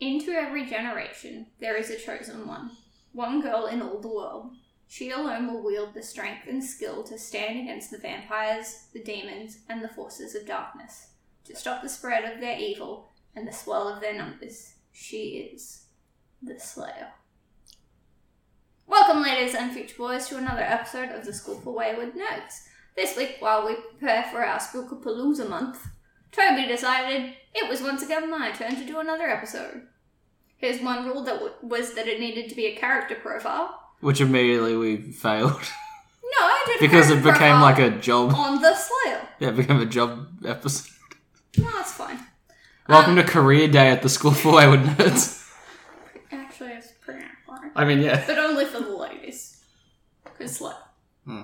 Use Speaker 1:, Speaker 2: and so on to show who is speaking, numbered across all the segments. Speaker 1: Into every generation there is a chosen one, one girl in all the world. She alone will wield the strength and skill to stand against the vampires, the demons, and the forces of darkness, to stop the spread of their evil and the swell of their numbers. She is the Slayer. Welcome, ladies and future boys, to another episode of the School for Wayward Nerds. This week, while we prepare for our Spookapalooza month, Toby decided it was once again my turn to do another episode. His one rule that w- was that it needed to be a character profile.
Speaker 2: Which immediately we failed
Speaker 1: No, I did a
Speaker 2: because it
Speaker 1: character
Speaker 2: became
Speaker 1: profile
Speaker 2: like a job.
Speaker 1: on the Slayer.
Speaker 2: Yeah, it became a job episode.
Speaker 1: No, that's fine. Um,
Speaker 2: Welcome to Career Day at the School for Wayward Nerds.
Speaker 1: Actually, it's pretty fine.
Speaker 2: I mean, yeah.
Speaker 1: but only for the ladies. Because, like,
Speaker 2: Hmm.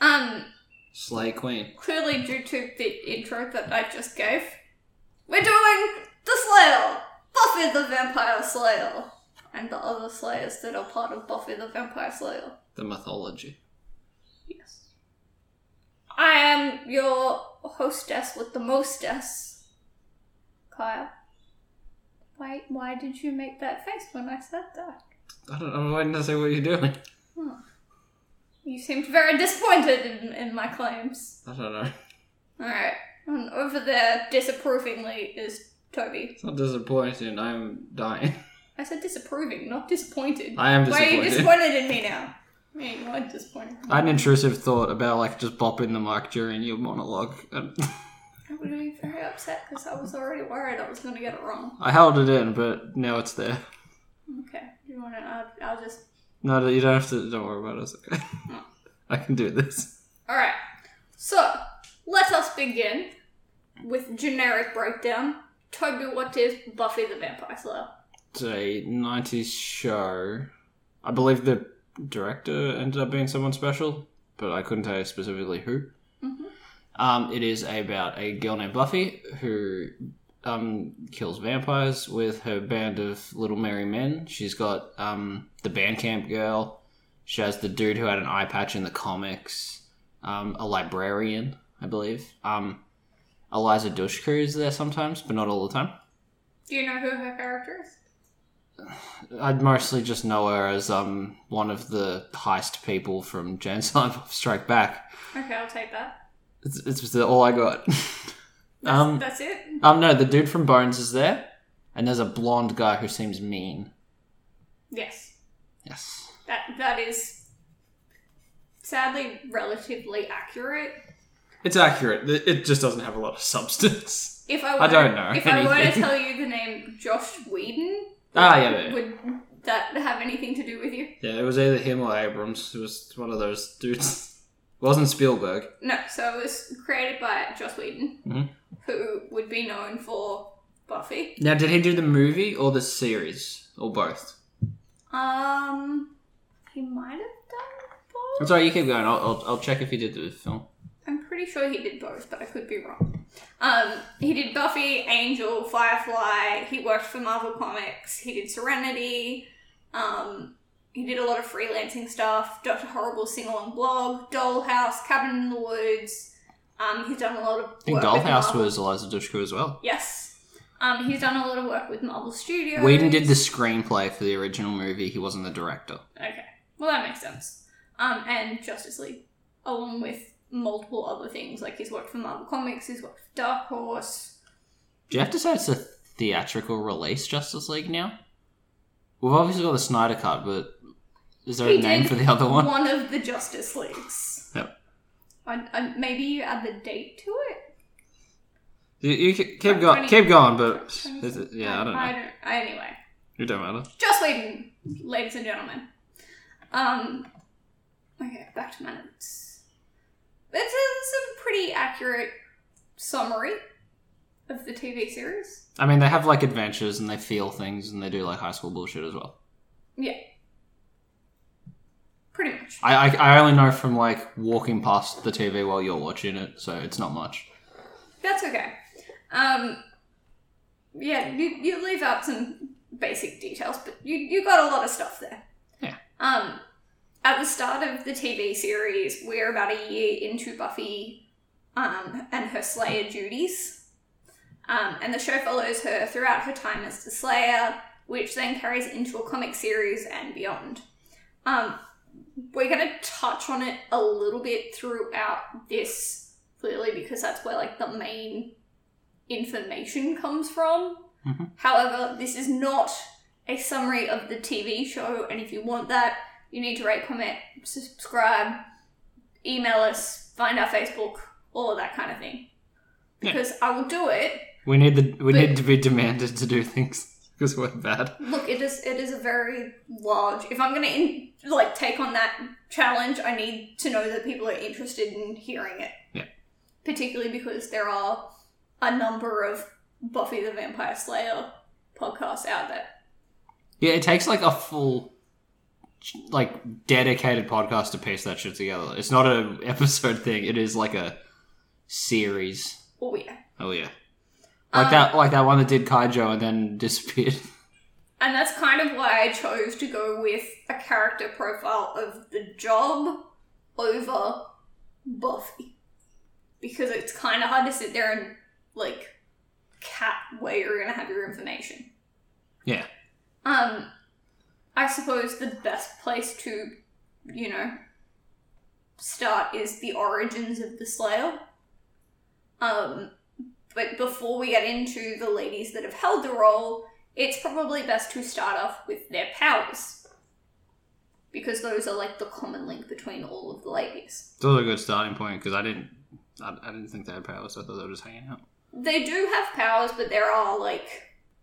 Speaker 1: um,
Speaker 2: Slay Queen.
Speaker 1: clearly due to the intro that I just gave, we're doing the Slayer, Buffy the Vampire Slayer, and the other Slayers that are part of Buffy the Vampire Slayer.
Speaker 2: The mythology.
Speaker 1: Yes. I am your hostess with the mostess, Kyle. Why? Why did you make that face when I said that?
Speaker 2: I don't know. I'm waiting to see what you're doing.
Speaker 1: You seemed very disappointed in, in my claims.
Speaker 2: I don't know.
Speaker 1: Alright, and over there disapprovingly is Toby.
Speaker 2: It's not disappointing. I'm dying.
Speaker 1: I said disapproving, not disappointed.
Speaker 2: I am
Speaker 1: Why are
Speaker 2: disappointed.
Speaker 1: you disappointed in me now? Man, you are disappointed.
Speaker 2: I had an intrusive thought about like just bopping the mic during your monologue. And
Speaker 1: I would be very upset because I was already worried I was going to get it wrong.
Speaker 2: I held it in, but now it's there.
Speaker 1: Okay, do you want to? I'll, I'll just.
Speaker 2: No, you don't have to. Don't worry about it. It's okay. I can do this.
Speaker 1: Alright, so let us begin with generic breakdown. Toby, what is Buffy the Vampire Slayer?
Speaker 2: It's a 90s show. I believe the director ended up being someone special, but I couldn't tell you specifically who.
Speaker 1: Mhm.
Speaker 2: Um, it is about a girl named Buffy who um, kills vampires with her band of little merry men. She's got um, the Bandcamp girl. She has the dude who had an eye patch in the comics. Um, a librarian, I believe. Um, Eliza Dushku is there sometimes, but not all the time.
Speaker 1: Do you know who her character is?
Speaker 2: I'd mostly just know her as um one of the heist people from Jane Silent Bob Strike Back.
Speaker 1: Okay, I'll take that.
Speaker 2: It's, it's just all I got.
Speaker 1: That's,
Speaker 2: um,
Speaker 1: that's it.
Speaker 2: um, no, the dude from Bones is there, and there's a blonde guy who seems mean.
Speaker 1: Yes.
Speaker 2: Yes,
Speaker 1: That that is sadly relatively accurate.
Speaker 2: it's accurate. It it just doesn't have a lot of substance.
Speaker 1: If I were,
Speaker 2: I don't know
Speaker 1: If I were to
Speaker 2: anything.
Speaker 1: tell you the name Josh Whedon,
Speaker 2: Ah, yeah, yeah.
Speaker 1: would that have anything to do with you?
Speaker 2: Yeah, it was either him or Abrams. It was one of those dudes. It wasn't Spielberg.
Speaker 1: No. So it was created by Josh Whedon,
Speaker 2: Mhm.
Speaker 1: who would be known for Buffy.
Speaker 2: Now, did he do the movie or the series or both?
Speaker 1: Um, he might have done both.
Speaker 2: I'm sorry, you keep going. I'll, I'll, I'll check if he did the film.
Speaker 1: I'm pretty sure he did both, but I could be wrong. Um, he did Buffy, Angel, Firefly. He worked for Marvel Comics. He did Serenity. Um, he did a lot of freelancing stuff. Doctor Horrible sing along blog, Dollhouse, Cabin in the Woods. Um, he's done a lot of.
Speaker 2: I think
Speaker 1: work with
Speaker 2: Dollhouse
Speaker 1: Marvel.
Speaker 2: was Eliza Dushku as well.
Speaker 1: Yes. Um, he's done a lot of work with Marvel Studios.
Speaker 2: Whedon did the screenplay for the original movie. He wasn't the director.
Speaker 1: Okay. Well, that makes sense. Um, and Justice League, along with multiple other things. Like, he's worked for Marvel Comics, he's worked for Dark Horse.
Speaker 2: Do you have to say it's a theatrical release, Justice League, now? We've obviously got the Snyder Cut, but is there
Speaker 1: He
Speaker 2: a name
Speaker 1: did
Speaker 2: for the other one?
Speaker 1: of the Justice Leagues.
Speaker 2: Yep.
Speaker 1: And, and maybe you add the date to it.
Speaker 2: You, you ke- keep, go-
Speaker 1: 20
Speaker 2: keep going, but is it- yeah, I don't
Speaker 1: I
Speaker 2: know.
Speaker 1: don't, I, anyway,
Speaker 2: It don't matter.
Speaker 1: Joss Whedon, ladies and gentlemen. Um, okay, back to my notes. It's a, it's a pretty accurate summary of the TV series.
Speaker 2: I mean, they have like adventures and they feel things and they do like high school bullshit as well.
Speaker 1: Pretty much.
Speaker 2: I, I, I only know from like walking past the TV while you're watching it, so it's not much.
Speaker 1: That's okay. Um, yeah, you, you leave out some basic details, but you, you got a lot of stuff there.
Speaker 2: Yeah.
Speaker 1: Um, at the start of the TV series, we're about a year into Buffy um, and her Slayer duties. Um, and the show follows her throughout her time as the Slayer, which then carries into a comic series and beyond. Um, we're going to touch on it a little bit throughout this, clearly, because that's where like the main information comes from.
Speaker 2: Mhm.
Speaker 1: However, this is not a summary of the TV show, and if you want that, you need to rate, comment, subscribe, email us, find our Facebook, all of that kind of thing.
Speaker 2: Yeah.
Speaker 1: Because I will do it.
Speaker 2: We need the we
Speaker 1: But-
Speaker 2: need to be demanded to do things because we're bad.
Speaker 1: Look, it is it is a very large. If I'm gonna in, like take on that challenge, I need to know that people are interested in hearing it.
Speaker 2: Yeah.
Speaker 1: Particularly because there are a number of Buffy the Vampire Slayer podcasts out there.
Speaker 2: Yeah, it takes like a full, like dedicated podcast to piece that shit together. It's not a episode thing. It is like a series.
Speaker 1: Oh yeah.
Speaker 2: Oh yeah, like
Speaker 1: Um,
Speaker 2: that, like that one that did Kaijo and then disappeared.
Speaker 1: And that's kind of why I chose to go with a character profile of the job over Buffy. Because it's kind of hard to sit there and, like, cat where you're going to have your information.
Speaker 2: Yeah.
Speaker 1: Um, I suppose the best place to, you know, start is the origins of the Slayer. Um, but before we get into the ladies that have held the role, it's probably best to start off with their powers. Because those are like the common link between all of the ladies.
Speaker 2: That was a good starting point because I didn't, I, I didn't think they had powers. I thought they were just hanging out.
Speaker 1: They do have powers, but there are like.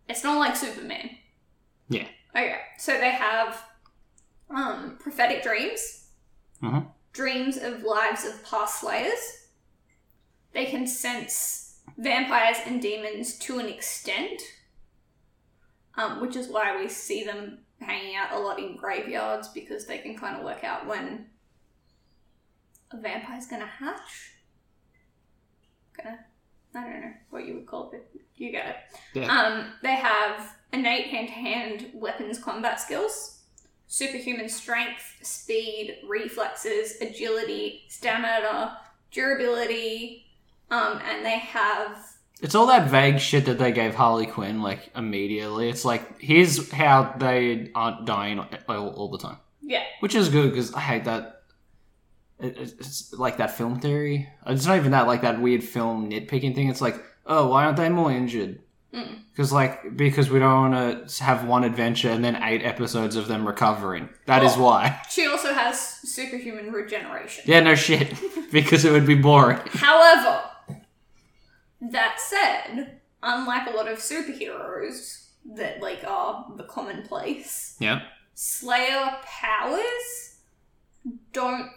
Speaker 1: It's not like Superman.
Speaker 2: Yeah.
Speaker 1: Okay, so they have um, prophetic dreams,
Speaker 2: Mhm.
Speaker 1: dreams of lives of past slayers. They can sense vampires and demons to an extent, um, which is why we see them hanging out a lot in graveyards because they can kind of work out when a vampire's gonna hatch. Gonna, I don't know what you would call it, but you get it.
Speaker 2: Yeah,
Speaker 1: Um, they have innate hand to hand weapons combat skills, superhuman strength, speed, reflexes, agility, stamina, durability, um, and they have.
Speaker 2: it's all that vague shit that they gave Harley Quinn like immediately. It's like here's how they aren't dying all, all the time.
Speaker 1: Yeah.
Speaker 2: which is good because I hate that. it- It's it's like that film theory. It's not even that like that weird film nitpicking thing. It's like, oh, why aren't they more injured?
Speaker 1: Mm.
Speaker 2: Because like because we don't want to have one adventure and then eight episodes of them recovering. That is
Speaker 1: Oh.
Speaker 2: why.
Speaker 1: She also has superhuman regeneration.
Speaker 2: Yeah, no shit. because it would be boring.
Speaker 1: However, that said, unlike a lot of superheroes that like are the commonplace,
Speaker 2: Yeah.
Speaker 1: Slayer powers don't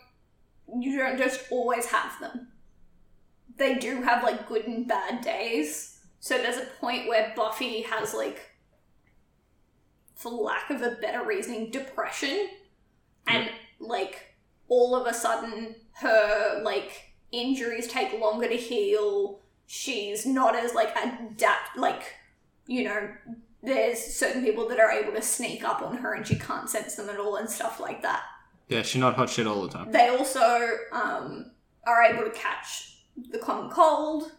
Speaker 1: you don't just always have them. They do have like good and bad days. So there's a point where Buffy has like for lack of a better reasoning, depression and like all of a sudden her like injuries take longer to heal. She's not as like adapt like you know there's certain people that are able to sneak up on her and she can't sense them at all and stuff like that.
Speaker 2: Yeah, she's not hot shit all the time.
Speaker 1: They also um, are able to catch the common cold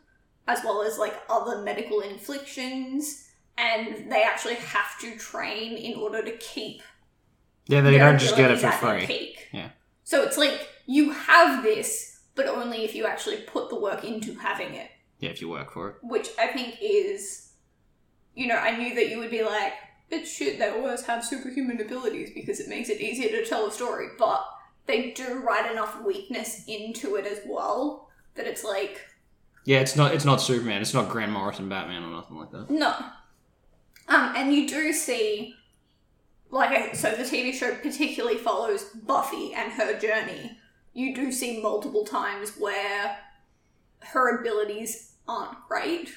Speaker 1: as well as like other medical inflictions and they actually have to train in order to keep
Speaker 2: Yeah, they
Speaker 1: their
Speaker 2: don't just get it
Speaker 1: abilities
Speaker 2: for
Speaker 1: at their
Speaker 2: free.
Speaker 1: peak.
Speaker 2: Yeah.
Speaker 1: So it's like you have this but only if you actually put the work into having it.
Speaker 2: Yeah, if you work for it.
Speaker 1: which I think is, you know, I knew that you would be like, it's shit, they always have superhuman abilities because it makes it easier to tell a story, but they do write enough weakness into it as well that it's like,
Speaker 2: Yeah, it's not. It's not Superman. It's not Grant Morrison, Batman, or nothing like that.
Speaker 1: no. Um, and you do see, like, I- so the TV show particularly follows Buffy and her journey. You do see multiple times where her abilities aren't great.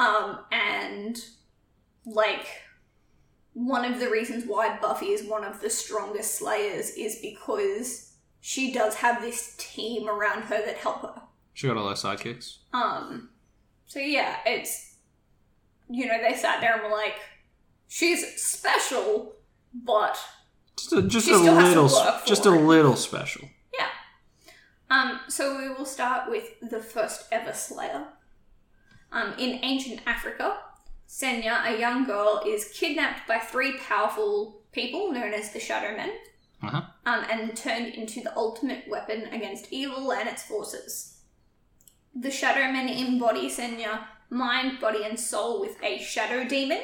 Speaker 1: Um, and like one of the reasons why Buffy is one of the strongest slayers is because she does have this team around her that help her.
Speaker 2: She got all her sidekicks.
Speaker 1: Um, so yeah, it's you know they sat there and were like, she's special, but
Speaker 2: Just a, just
Speaker 1: She
Speaker 2: a
Speaker 1: still has to
Speaker 2: little,
Speaker 1: work for
Speaker 2: just a
Speaker 1: it.
Speaker 2: little special.
Speaker 1: um. So we will start with the first ever Slayer, Um, in ancient Africa, Senya, a young girl, is kidnapped by three powerful people known as the Shadow Men
Speaker 2: Uh-huh.
Speaker 1: um, and turned into the ultimate weapon against evil and its forces. The Shadow Men embody Senya mind, body, and soul with a shadow demon,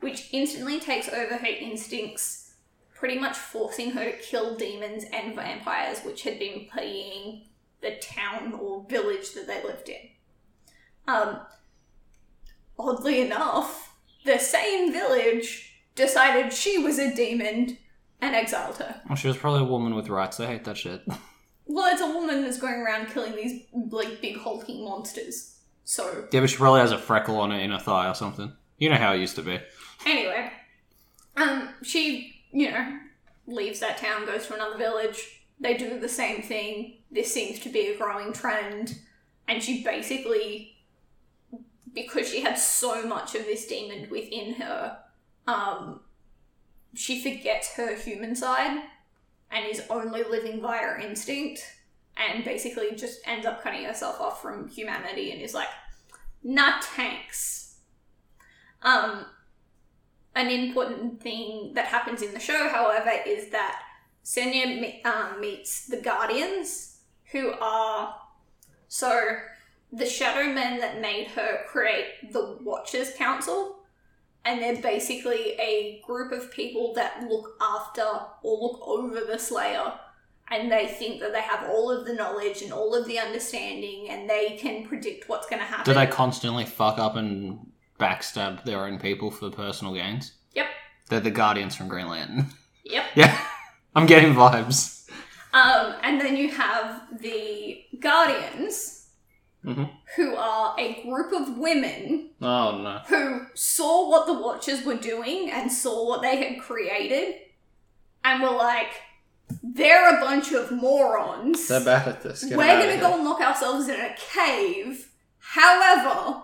Speaker 1: which instantly takes over her instincts, pretty much forcing her to kill demons and vampires, which had been plaguing the town or village that they lived in. Um, oddly enough, the same village decided she was a demon and exiled her.
Speaker 2: Well, she was probably a woman with rights. They hate that shit.
Speaker 1: Well, it's a woman that's going around killing these like big hulking monsters. So
Speaker 2: yeah, but she probably has a freckle on her inner thigh or something. You know how it used to be.
Speaker 1: anyway, um, she you know leaves that town, goes to another village. They do the same thing. This seems to be a growing trend, and she basically because she had so much of this demon within her, um, she forgets her human side and is only living via her instinct and basically just ends up cutting herself off from humanity and is like, nah, tanks. Um, an important thing that happens in the show, however, is that Senya me- um, meets the Guardians, who are so the shadow men that made her create the Watchers Council, and they're basically a group of people that look after or look over the Slayer, and they think that they have all of the knowledge and all of the understanding, and they can predict what's going to happen.
Speaker 2: Do they constantly fuck up and backstab their own people for personal gains?
Speaker 1: Yep.
Speaker 2: They're the guardians from Green Lantern.
Speaker 1: yep.
Speaker 2: yeah, I'm getting vibes.
Speaker 1: Um, and then you have the Guardians,
Speaker 2: Mhm.
Speaker 1: who are a group of women
Speaker 2: Oh no.
Speaker 1: who saw what the Watchers were doing and saw what they had created and were like, they're a bunch of morons.
Speaker 2: bad at this.
Speaker 1: We're going to go and lock ourselves in a cave. However,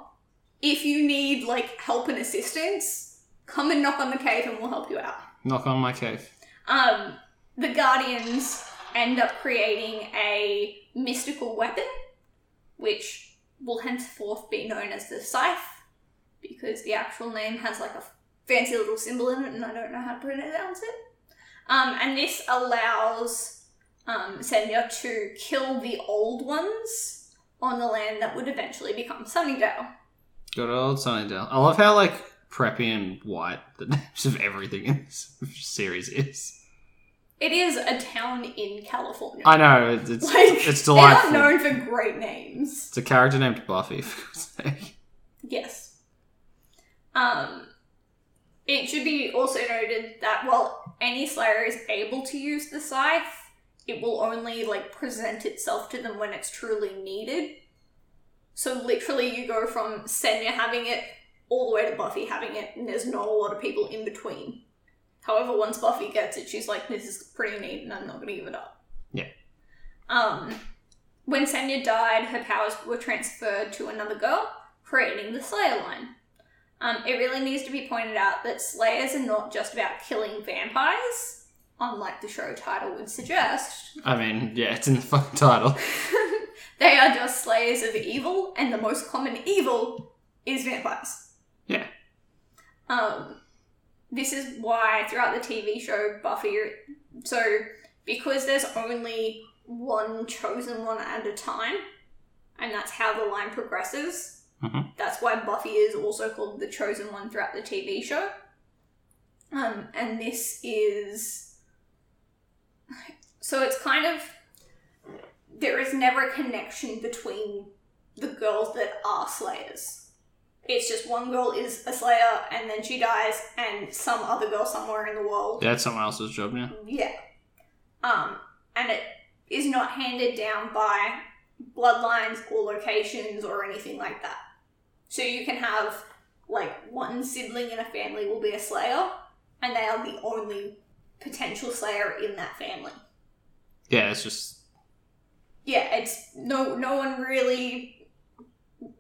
Speaker 1: if you need like help and assistance, come and knock on the cave and we'll help you out.
Speaker 2: Knock on my cave.
Speaker 1: Um, the Guardians end up creating a mystical weapon, which will henceforth be known as the Scythe, because the actual name has like a fancy little symbol in it, and I don't know how to pronounce it. Um, and this allows um, Senya to kill the old ones on the land that would eventually become Sunnydale.
Speaker 2: Good old Sunnydale. I love how like preppy and white the names of everything in this series is.
Speaker 1: It is a town in California.
Speaker 2: I know it's it's,
Speaker 1: Like,
Speaker 2: it's
Speaker 1: They are
Speaker 2: delightful.
Speaker 1: known for great names.
Speaker 2: It's a character named Buffy. For God's sake.
Speaker 1: Yes. Um, it should be also noted that while any Slayer is able to use the scythe, it will only like present itself to them when it's truly needed. So literally, you go from Senya having it all the way to Buffy having it, and there's not a lot of people in between. However, once Buffy gets it, she's like, "This is pretty neat, and I'm not going to give it up."
Speaker 2: Yeah.
Speaker 1: Um, when Senya died, her powers were transferred to another girl, creating the Slayer line. Um, it really needs to be pointed out that Slayers are not just about killing vampires, unlike the show title would suggest.
Speaker 2: I mean, yeah, it's in the fucking title.
Speaker 1: they are just Slayers of evil, and the most common evil is vampires.
Speaker 2: Yeah.
Speaker 1: Um, this is why throughout the TV show Buffy, so because there's only one chosen one at a time, and that's how the line progresses.
Speaker 2: Mhm.
Speaker 1: That's why Buffy is also called the chosen one throughout the TV show. Um, and this is so it's kind of there is never a connection between the girls that are slayers. It's just one girl is a slayer and then she dies, and some other girl somewhere in the world
Speaker 2: That's someone else's job now.
Speaker 1: yeah. Um, and it is not handed down by bloodlines or locations or anything like that. So you can have like one sibling in a family will be a slayer, and they are the only potential slayer in that family.
Speaker 2: Yeah, it's just
Speaker 1: Yeah, it's no no one really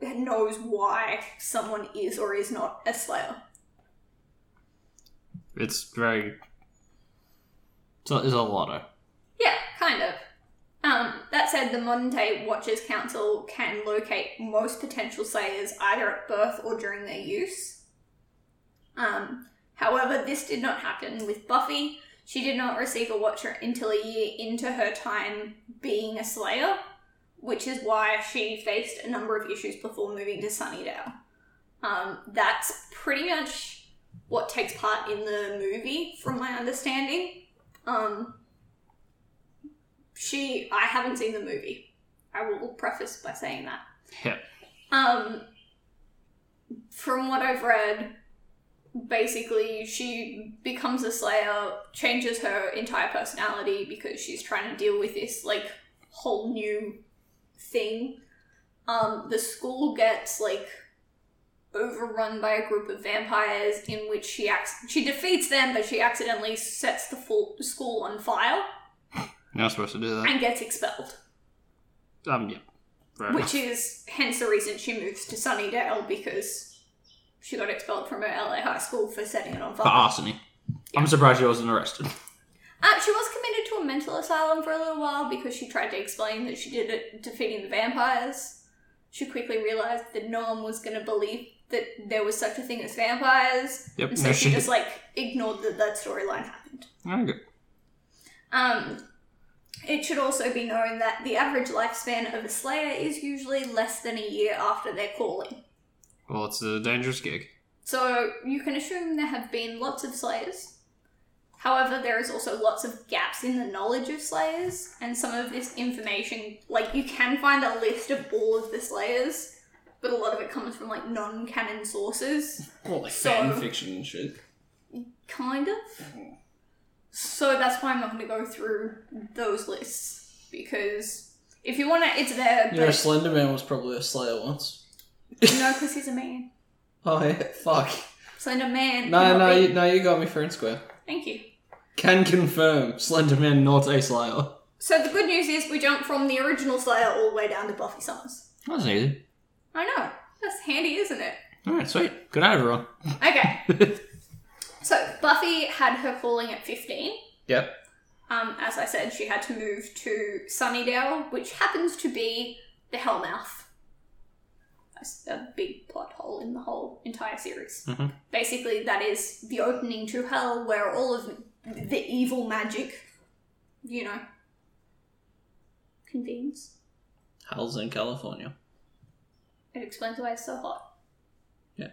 Speaker 1: knows why someone is or is not a slayer.
Speaker 2: it's very. So it's a lotto.
Speaker 1: Yeah, kind of. Um, that said, said the modern day Watchers Council can locate most potential slayers either at birth or during their use. Um, however, this did not happen with Buffy. She did not receive a Watcher until a year into her time being a Slayer, which is why she faced a number of issues before moving to Sunnydale. Um, that's pretty much what takes part in the movie, from my understanding. Um, she I haven't seen the movie. I will preface by saying that.
Speaker 2: Yep.
Speaker 1: Um from what I've read, basically she becomes a slayer, changes her entire personality because she's trying to deal with this like whole new thing. Um the school gets like overrun by a group of vampires in which she acts she defeats them but she accidentally sets the full school on fire
Speaker 2: You're not supposed to do that.
Speaker 1: and gets expelled,
Speaker 2: Um, yeah. Fair enough.
Speaker 1: which is hence the reason she moves to Sunnydale because she got expelled from her LA high school for setting it on
Speaker 2: For
Speaker 1: fire.
Speaker 2: arsony. I'm surprised she wasn't arrested.
Speaker 1: Uh, she was committed to a mental asylum for a little while because she tried to explain that she did it defeating the vampires. She quickly realized that no one was going to believe that there was such a thing as vampires,
Speaker 2: Yep.
Speaker 1: and so
Speaker 2: no,
Speaker 1: she
Speaker 2: she-
Speaker 1: just like ignored that that storyline happened.
Speaker 2: Oh, good.
Speaker 1: Um, it should also be known that the average lifespan of a Slayer is usually less than a year after their calling.
Speaker 2: Well, it's a dangerous gig.
Speaker 1: So you can assume there have been lots of Slayers. However, there is also lots of gaps in the knowledge of Slayers, and some of this information, like you can find a list of all of the Slayers, but a lot of it comes from like non canon sources.
Speaker 2: Well, like
Speaker 1: So-
Speaker 2: fan fiction and shit.
Speaker 1: Kind of. So that's why I'm not going to go through those lists because if you want to, it's there.
Speaker 3: You know,
Speaker 1: But
Speaker 3: Slender Man was probably a Slayer once.
Speaker 1: no, because he's a man.
Speaker 3: Oh yeah, fuck.
Speaker 1: Slender man.
Speaker 3: No,
Speaker 1: cannot
Speaker 3: no,
Speaker 1: be-
Speaker 3: you, no, you got me fair and square.
Speaker 1: Thank you.
Speaker 3: Can confirm, Slender Man not a Slayer.
Speaker 1: So the good news is we jump from the original Slayer all the way down to Buffy Summers.
Speaker 2: That's easy.
Speaker 1: I know. That's handy, isn't it?
Speaker 2: Alright, sweet. Good night, everyone.
Speaker 1: Okay. so Buffy had her calling at 15.
Speaker 2: Yep.
Speaker 1: Um, as I said, she had to move to Sunnydale, which happens to be the Hellmouth. That's a big plot hole in the whole entire series.
Speaker 3: Mm-hmm.
Speaker 2: Mhm.
Speaker 1: Basically, that is the opening to hell where all of the evil magic, you know, convenes.
Speaker 3: Hell's in California.
Speaker 1: It explains why it's so hot.
Speaker 3: Yeah.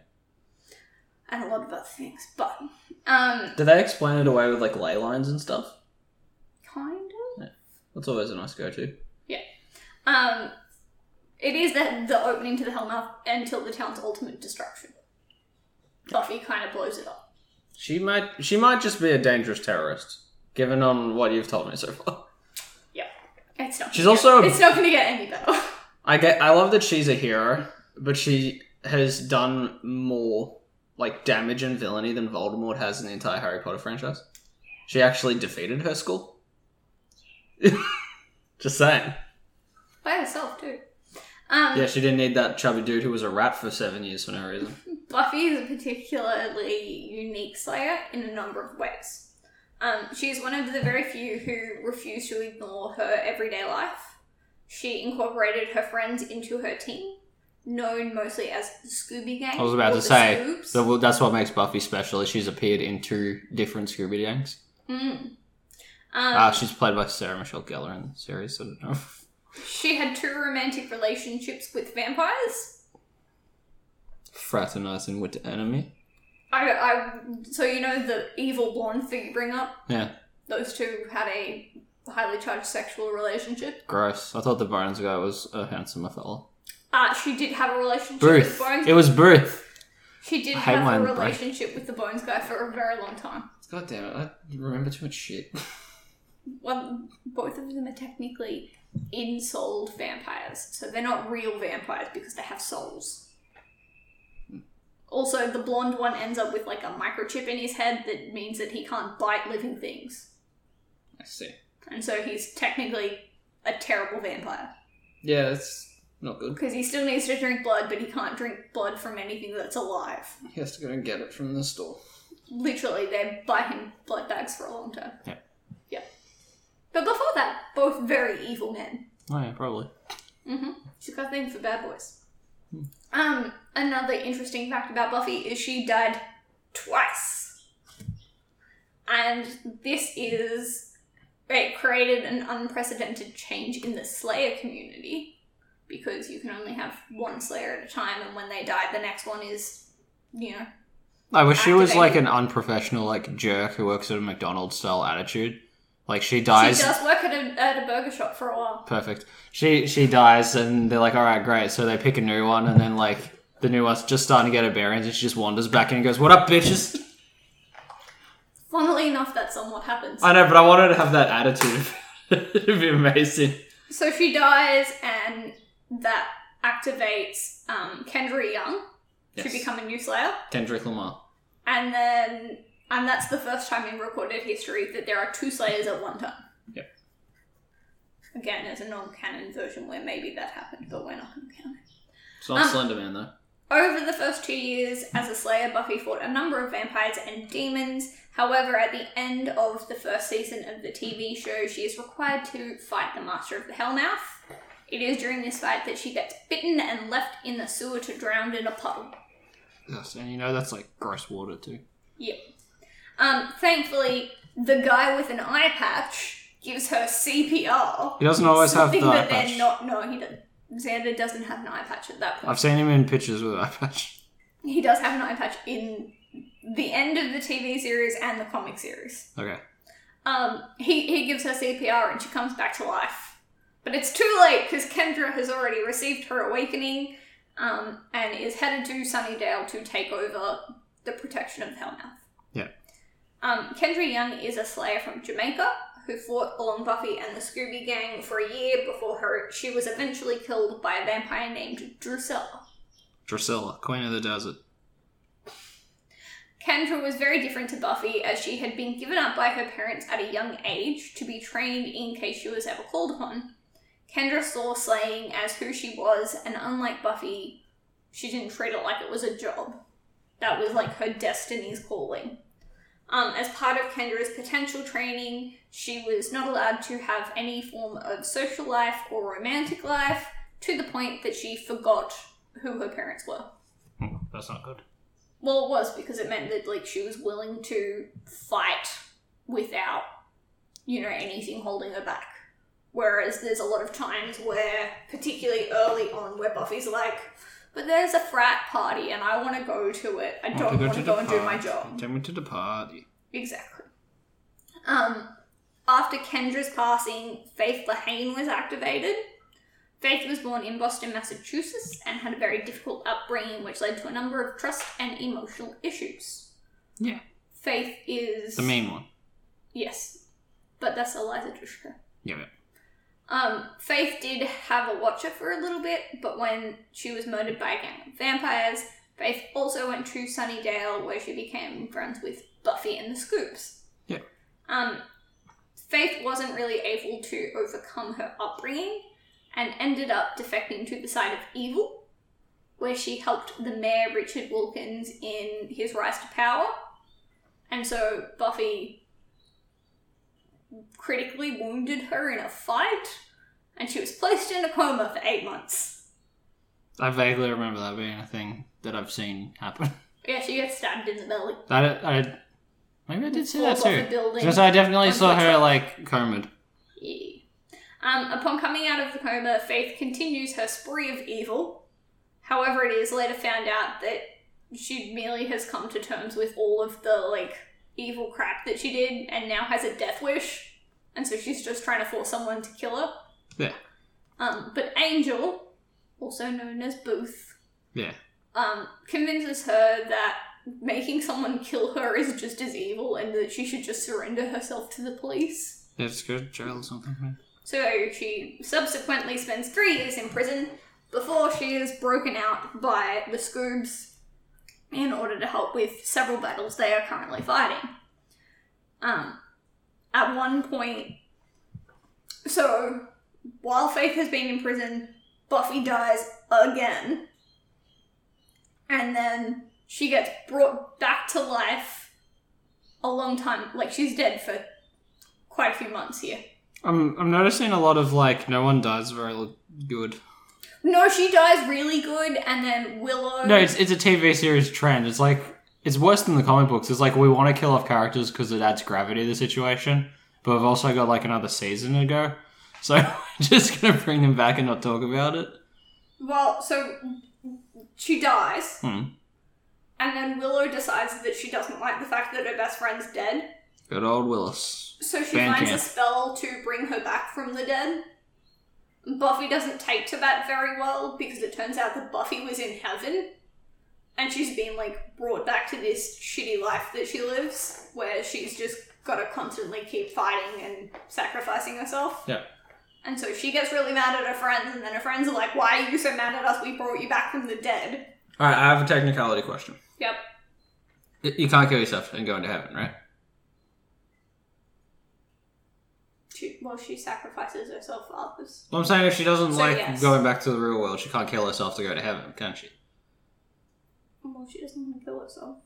Speaker 1: And a lot of other things, but um,
Speaker 3: Did they explain it away with like ley lines and stuff?
Speaker 1: kind of.
Speaker 3: That's always a nice go-to.
Speaker 1: Um, it is the, the opening to the Hellmouth until the town's ultimate destruction. Buffy kind of blows it up.
Speaker 3: She might, she might just be a dangerous terrorist, given on what you've told me so far.
Speaker 1: It's not.
Speaker 3: She's
Speaker 1: gonna
Speaker 3: also-
Speaker 1: Get, it's not going to get any better.
Speaker 3: I get, I love that she's a hero, but she has done more like damage and villainy than Voldemort has in the entire Harry Potter franchise. She actually defeated her school. just saying.
Speaker 1: By herself too. Um,
Speaker 3: Yeah, she didn't need that chubby dude who was a rat for seven years for no reason.
Speaker 1: Buffy is a particularly unique Slayer in a number of ways. Um, she is one of the very few who refuse to ignore her everyday life. She incorporated her friends into her team, known mostly as the Scooby Gang.
Speaker 2: I was about
Speaker 1: or the
Speaker 2: to say,
Speaker 1: Scoobs.
Speaker 2: So well, that's what makes Buffy special. Is she's appeared in two different Scooby Gangs.
Speaker 1: Mm. Um,
Speaker 2: Ah, she's played by Sarah Michelle Gellar in the series. I don't know.
Speaker 1: She had two romantic relationships with vampires.
Speaker 2: Fraternizing with the enemy.
Speaker 1: I, I, so you know the evil blonde thing you bring up.
Speaker 2: Yeah.
Speaker 1: Those two had a highly charged sexual relationship.
Speaker 2: Gross. I thought the Bones guy was a handsomer fella.
Speaker 1: Uh, she did have a relationship with
Speaker 2: Booth.
Speaker 1: the Bones.
Speaker 2: It was Booth.
Speaker 1: she did
Speaker 2: I hate
Speaker 1: have a
Speaker 2: mine, bro.
Speaker 1: relationship with the Bones guy for a very long time.
Speaker 3: God damn it! I remember too much shit.
Speaker 1: Well, both of them are technically in-souled vampires, so they're not real vampires because they have souls. Also, the blonde one ends up with like a microchip in his head that means that he can't bite living things.
Speaker 3: I see.
Speaker 1: And so he's technically a terrible vampire.
Speaker 3: Yeah, that's not good.
Speaker 1: Because he still needs to drink blood, but he can't drink blood from anything that's alive.
Speaker 3: He has to go and get it from the store.
Speaker 1: Literally, they buy him blood bags for a long time.
Speaker 2: Yeah.
Speaker 1: Yeah. But before that, both very evil men.
Speaker 2: Oh yeah, probably.
Speaker 1: hmm She's got a thing for bad boys.
Speaker 2: Hmm.
Speaker 1: Um, another interesting fact about Buffy is she died twice. And this is it created an unprecedented change in the Slayer community because you can only have one Slayer at a time, and when they die, the next one is, you know,
Speaker 2: I wish she was like
Speaker 1: Activated.
Speaker 2: an unprofessional like jerk who works at a McDonald's style attitude. Like she
Speaker 1: she
Speaker 2: dies.
Speaker 1: does work at a, at a burger shop for a while.
Speaker 2: Perfect. She she dies, and they're like, "All right, great." So they pick a new one, and then like the new one's just starting to get her bearings, and she just wanders back in and goes, "What up, bitches?"
Speaker 1: Funnily enough, that's on what happens.
Speaker 3: I know, but I wanted to have that attitude. It'd be amazing.
Speaker 1: So she dies, and that activates um, Kendra Young to become a new Slayer,
Speaker 2: Kendrick Lamar.
Speaker 1: and then and that's the first time in recorded history that there are two Slayers at one time.
Speaker 3: Yep.
Speaker 1: Again, there's a non-canon version where maybe that happened, but we're not going to count it.
Speaker 2: It's not
Speaker 1: Um,
Speaker 2: Slender Man though.
Speaker 1: Over the first two years as a Slayer, Buffy fought a number of vampires and demons. However, at the end of the first season of the TV show, she is required to fight the Master of the Hellmouth. It is during this fight that she gets bitten and left in the sewer to drown in a puddle.
Speaker 2: Yes, and you know that's like gross water too.
Speaker 1: Yep. Um, thankfully, the guy with an eye patch gives her CPR.
Speaker 2: He doesn't always have
Speaker 1: something
Speaker 2: the eye
Speaker 1: that they're
Speaker 2: patch.
Speaker 1: Not, no, he doesn't. Xander doesn't have an eye patch at that point.
Speaker 2: I've seen him in pictures with eye patch.
Speaker 1: He does have an eye patch in the end of the TV series and the comic series.
Speaker 2: Okay.
Speaker 1: Um, he, he gives her CPR and she comes back to life. But it's too late because Kendra has already received her awakening um, and is headed to Sunnydale to take over the protection of Hellmouth.
Speaker 2: Yeah.
Speaker 1: Um, Kendra Young is a slayer from Jamaica who fought along Buffy and the Scooby Gang for a year before her she was eventually killed by a vampire named Drusilla.
Speaker 2: Drusilla, Queen of the Desert.
Speaker 1: Kendra was very different to Buffy as she had been given up by her parents at a young age to be trained in case she was ever called upon. Kendra saw slaying as who she was, and unlike Buffy, she didn't treat it like it was a job. That was like her destiny's calling. Um, as part of Kendra's potential training, she was not allowed to have any form of social life or romantic life to the point that she forgot who her parents were.
Speaker 2: Hmm, That's not good.
Speaker 1: Well, it was because it meant that like she was willing to fight without, you know, anything holding her back. Whereas there's a lot of times where, particularly early on, where Buffy's like, "But there's a frat party and I want to go to it. I don't want to go and do my job."
Speaker 2: Take me to the party.
Speaker 1: Exactly. Um, after Kendra's passing, Faith Lahane was activated. Faith was born in Boston, Massachusetts, and had a very difficult upbringing, which led to a number of trust and emotional issues.
Speaker 2: Yeah.
Speaker 1: Faith is
Speaker 2: The mean one.
Speaker 1: Yes, but that's Eliza Dushku.
Speaker 2: Yeah.
Speaker 1: Um, Faith did have a watcher for a little bit, but when she was murdered by a gang of vampires, Faith also went to Sunnydale where she became friends with Buffy and the Scoops.
Speaker 2: Yeah.
Speaker 1: Um, Faith wasn't really able to overcome her upbringing and ended up defecting to the side of evil, where she helped the mayor, Richard Wilkins, in his rise to power. And so Buffy critically wounded her in a fight, and she was placed in a coma for eight months.
Speaker 2: I vaguely remember that being a thing that I've seen happen.
Speaker 1: Yeah, she gets stabbed in the belly.
Speaker 2: I, I maybe I did see that
Speaker 1: Falls off a
Speaker 2: too.
Speaker 1: building.
Speaker 2: Because I definitely
Speaker 1: onto
Speaker 2: saw
Speaker 1: a
Speaker 2: her
Speaker 1: truck.
Speaker 2: like comed.
Speaker 1: Yeah. Um, upon coming out of the coma, Faith continues her spree of evil. However, it is later found out that she merely has come to terms with all of the like evil crap that she did, and now has a death wish, and so she's just trying to force someone to kill her.
Speaker 2: Yeah.
Speaker 1: Um, but Angel, also known as Booth,
Speaker 2: Yeah.
Speaker 1: um, convinces her that making someone kill her is just as evil, and that she should just surrender herself to the police.
Speaker 2: Yeah, just go to jail or something. man.
Speaker 1: So she subsequently spends three years in prison before she is broken out by the Scoobs in order to help with several battles they are currently fighting. Um, at one point, so while Faith has been in prison, Buffy dies again. And then she gets brought back to life a long time. Like, she's dead for quite a few months here
Speaker 2: I'm I'm noticing a lot of like no one dies very l- good.
Speaker 1: No, she dies really good, and then Willow.
Speaker 2: No, it's it's a TV series trend. It's like it's worse than the comic books. It's like we want to kill off characters because it adds gravity to the situation, but we've also got like another season to go, so we're just gonna bring them back and not talk about it.
Speaker 1: well, so she dies,
Speaker 2: Hmm.
Speaker 1: and then Willow decides that she doesn't like the fact that her best friend's dead,
Speaker 2: Good old Willis.
Speaker 1: so she
Speaker 2: Fan
Speaker 1: finds a
Speaker 2: camp.
Speaker 1: spell to bring her back from the dead. Buffy doesn't take to that very well because it turns out that Buffy was in heaven, and she's been like brought back to this shitty life that she lives, where she's just gotta constantly keep fighting and sacrificing herself.
Speaker 3: Yeah.
Speaker 1: And so she gets really mad at her friends, and then her friends are like, Why are you so mad at us? We brought you back from the dead.
Speaker 3: All right, I have a technicality question.
Speaker 1: Yep.
Speaker 2: Y- You can't kill yourself and go into heaven, right?
Speaker 1: She, well, she sacrifices herself for others.
Speaker 2: Well, I'm saying if she doesn't
Speaker 1: So,
Speaker 2: like
Speaker 1: yes.
Speaker 2: going back to the real world, she can't kill herself to go to heaven, can she?
Speaker 1: Well, she doesn't want to kill herself.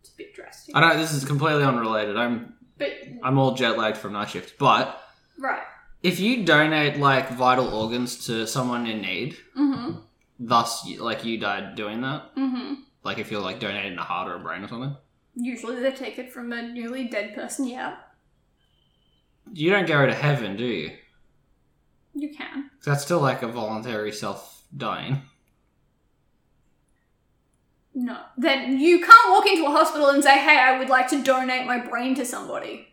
Speaker 1: It's a bit drastic.
Speaker 2: I know this is completely unrelated. I'm
Speaker 1: But,
Speaker 2: I'm all jet lagged from night shift, but
Speaker 1: right.
Speaker 2: if you donate like vital organs to someone in need,
Speaker 1: Mm
Speaker 2: thus you- like you died doing that,
Speaker 1: hmm. Mm hmm.
Speaker 2: like if you're like donating a heart or a brain or something,
Speaker 1: Usually they take it from a newly dead person, yeah.
Speaker 2: you don't go to heaven, do you?
Speaker 1: You can.
Speaker 2: 'Cause That's still like a voluntary self dying.
Speaker 1: No. Then you can't walk into a hospital and say, hey, I would like to donate my brain to somebody.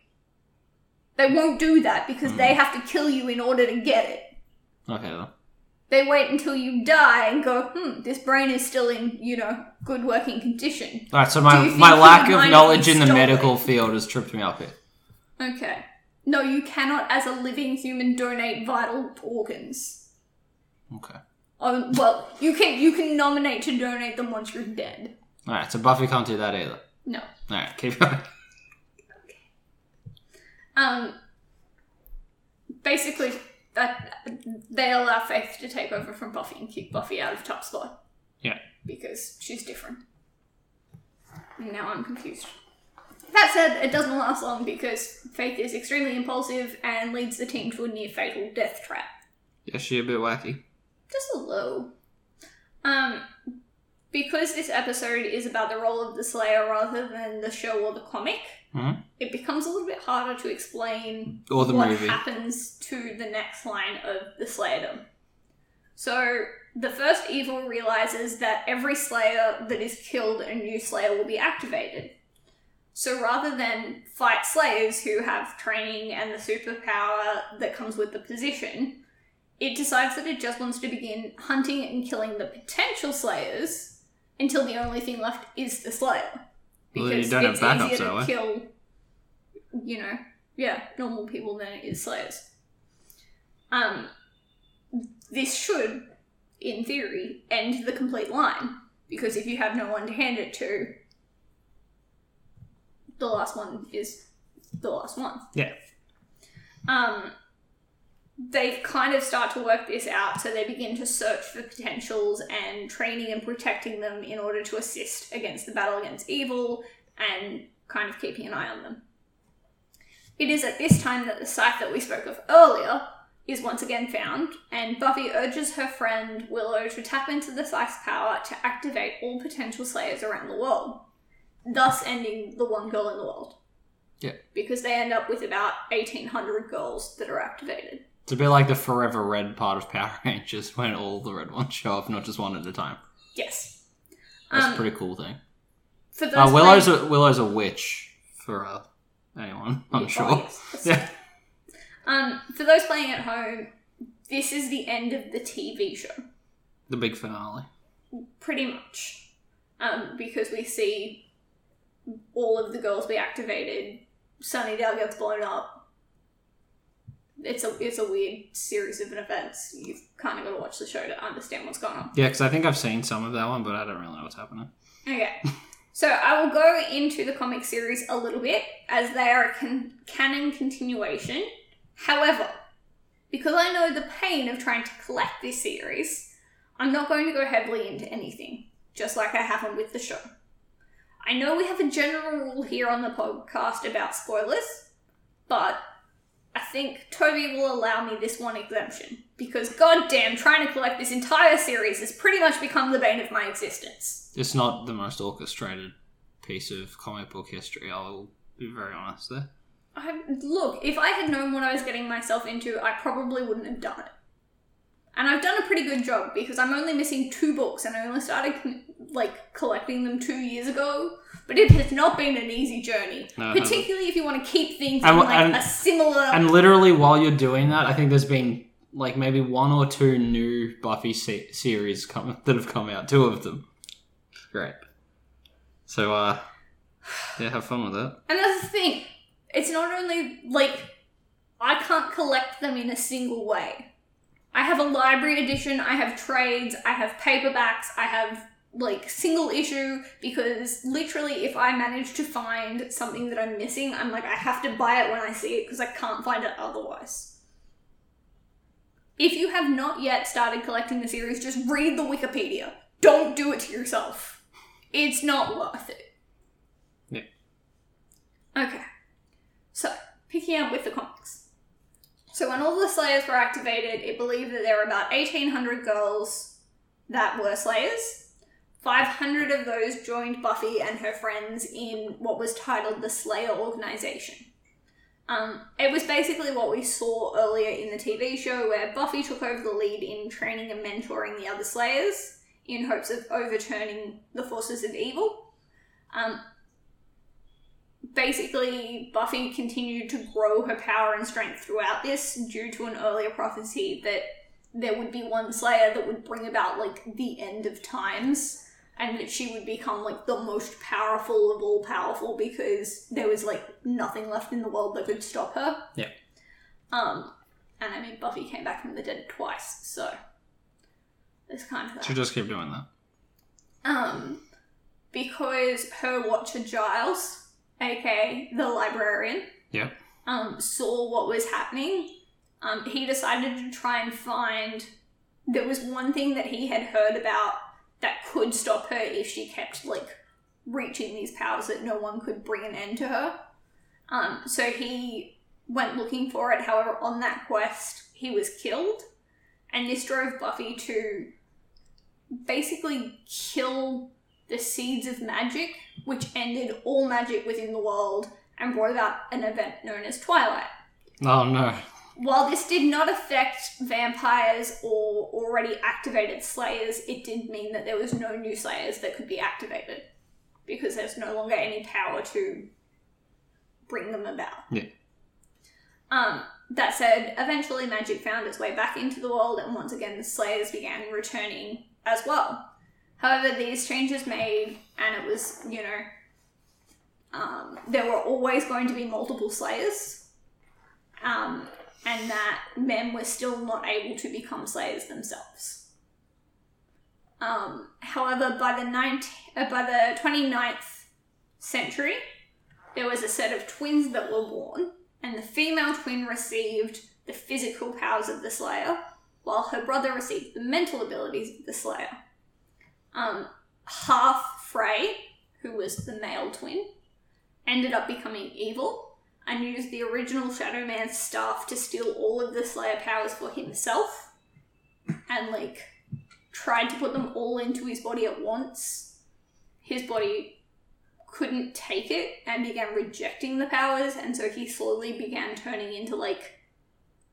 Speaker 1: They won't do that because
Speaker 2: Mm.
Speaker 1: they have to kill you in order to get it.
Speaker 2: Okay, then.
Speaker 1: They wait until you die and go, hmm, this brain is still in, you know, good working condition.
Speaker 2: All right. So
Speaker 1: Do
Speaker 2: my
Speaker 1: you think
Speaker 2: my
Speaker 1: he
Speaker 2: lack
Speaker 1: would mind
Speaker 2: of
Speaker 1: if
Speaker 2: knowledge
Speaker 1: we
Speaker 2: in the
Speaker 1: stole it?
Speaker 2: medical field has tripped me up here.
Speaker 1: Okay. No, you cannot, as a living human, donate vital organs.
Speaker 2: Okay.
Speaker 1: Um, well, you can you can nominate to donate them once you're dead.
Speaker 2: All right. So Buffy can't do that either.
Speaker 1: No.
Speaker 2: All right. Keep going.
Speaker 1: Um. Basically, that they allow Faith to take over from Buffy and kick Buffy out of top spot.
Speaker 2: Yeah.
Speaker 1: Because she's different. And Now I'm confused. That said, it doesn't last long because Faith is extremely impulsive and leads the team to a near fatal death trap.
Speaker 2: Yeah, she a bit wacky.
Speaker 1: just a low. Um, because this episode is about the role of the Slayer rather than the show or the comic,
Speaker 2: Mhm.
Speaker 1: it becomes a little bit harder to explain
Speaker 2: Or the
Speaker 1: what
Speaker 2: movie.
Speaker 1: happens to the next line of the Slayerdom. So the first evil realizes that every Slayer that is killed, a new Slayer will be activated. So rather than fight Slayers who have training and the superpower that comes with the position, it decides that it just wants to begin hunting and killing the potential slayers until the only thing left is the slayer.
Speaker 2: Well, you don't have backups
Speaker 1: easier
Speaker 2: that
Speaker 1: to
Speaker 2: way.
Speaker 1: kill, you know, yeah, normal people than it is slayers. Um, this should, in theory, end the complete line because if you have no one to hand it to, the last one is the last one.
Speaker 2: Yeah.
Speaker 1: Um, they kind of start to work this out, so they begin to search for potentials and training and protecting them in order to assist against the battle against evil and kind of keeping an eye on them. It is at this time that the site that we spoke of earlier is once again found, and Buffy urges her friend Willow to tap into the site's power to activate all potential slayers around the world, thus ending the one girl in the world.
Speaker 2: Yeah.
Speaker 1: Because they end up with about 1,800 girls that are activated.
Speaker 2: It's a bit like the forever red part of Power Rangers when all the red ones show up, not just one at a time.
Speaker 1: Yes.
Speaker 2: That's
Speaker 1: Um,
Speaker 2: a pretty cool thing.
Speaker 1: For those
Speaker 2: Uh, Willow's
Speaker 1: playing-
Speaker 2: a, Willow's a witch for uh, anyone, I'm
Speaker 1: Oh,
Speaker 2: sure.
Speaker 1: yes.
Speaker 2: Yeah.
Speaker 1: Um, for those playing at home, this is the end of the TV show,
Speaker 2: The big finale.
Speaker 1: pretty much, um, because we see all of the girls be activated. Sunnydale gets blown up. It's a it's a weird series of events. You've kind of got to watch the show to understand what's going on.
Speaker 2: Yeah, because I think I've seen some of that one, but I don't really know what's happening.
Speaker 1: Okay. So I will go into the comic series a little bit as they are a con- canon continuation. However, because I know the pain of trying to collect this series, I'm not going to go heavily into anything, just like I haven't with the show. I know we have a general rule here on the podcast about spoilers, but I think Toby will allow me this one exemption because goddamn, trying to collect this entire series has pretty much become the bane of my existence.
Speaker 2: It's not the most orchestrated piece of comic book history. I'll be very honest there.
Speaker 1: I, look, if I had known what I was getting myself into, I probably wouldn't have done it. And I've done a pretty good job because I'm only missing two books, and I only started con- like collecting them two years ago. But it has not been an easy journey,
Speaker 2: No, it hasn't.
Speaker 1: particularly if you want to keep things
Speaker 2: And
Speaker 1: in
Speaker 2: wha-
Speaker 1: like
Speaker 2: and-
Speaker 1: a similar.
Speaker 2: And literally, while you're doing that, I think there's been like maybe one or two new Buffy se- series come- that have come out. Two of them. Great. So, uh, yeah, have fun with that.
Speaker 1: And that's the thing. It's not only like I can't collect them in a single way. I have a library edition, I have trades, I have paperbacks, I have like single issue because literally if I manage to find something that I'm missing, I'm like I have to buy it when I see it because I can't find it otherwise. If you have not yet started collecting the series, just read the Wikipedia. Don't do it to yourself. It's not worth it. Okay. So, picking up with the comics. So, when all the Slayers were activated, it believed that there were about 1,800 girls that were Slayers. 500 of those joined Buffy and her friends in what was titled the Slayer Organization. Um, it was basically what we saw earlier in the TV show, where Buffy took over the lead in training and mentoring the other Slayers in hopes of overturning the forces of evil. Um, basically, Buffy continued to grow her power and strength throughout this due to an earlier prophecy that there would be one Slayer that would bring about like the end of times and that she would become like the most powerful of all powerful because there was like nothing left in the world that could stop her.
Speaker 2: Yeah.
Speaker 1: Um, and I mean, Buffy came back from the dead twice, so it's kind of that.
Speaker 2: Should just keep doing that.
Speaker 1: Um, because her watcher Giles, aka the librarian,
Speaker 2: Yep.
Speaker 1: um, saw what was happening. Um, he decided to try and find. There was one thing that he had heard about that could stop her if she kept like reaching these powers that no one could bring an end to her. Um, so he went looking for it. However, on that quest, he was killed, and this drove Buffy to basically kill the seeds of magic, which ended all magic within the world and brought about an event known as Twilight.
Speaker 2: Oh no.
Speaker 1: While this did not affect vampires or already activated slayers, it did mean that there was no new slayers that could be activated because there's no longer any power to bring them about.
Speaker 2: Yeah.
Speaker 1: Um, that said, eventually magic found its way back into the world, and once again the slayers began returning as well. However, these changes made, and it was, you know, um, there were always going to be multiple slayers. Um, and that men were still not able to become slayers themselves. Um, however, by the 19, uh, by the 29th century, there was a set of twins that were born, and the female twin received the physical powers of the slayer, while her brother received the mental abilities of the slayer. Um, half Frey, who was the male twin, ended up becoming evil and used the original Shadow Man's staff to steal all of the Slayer powers for himself and like tried to put them all into his body at once. His body couldn't take it and began rejecting the powers, and so he slowly began turning into like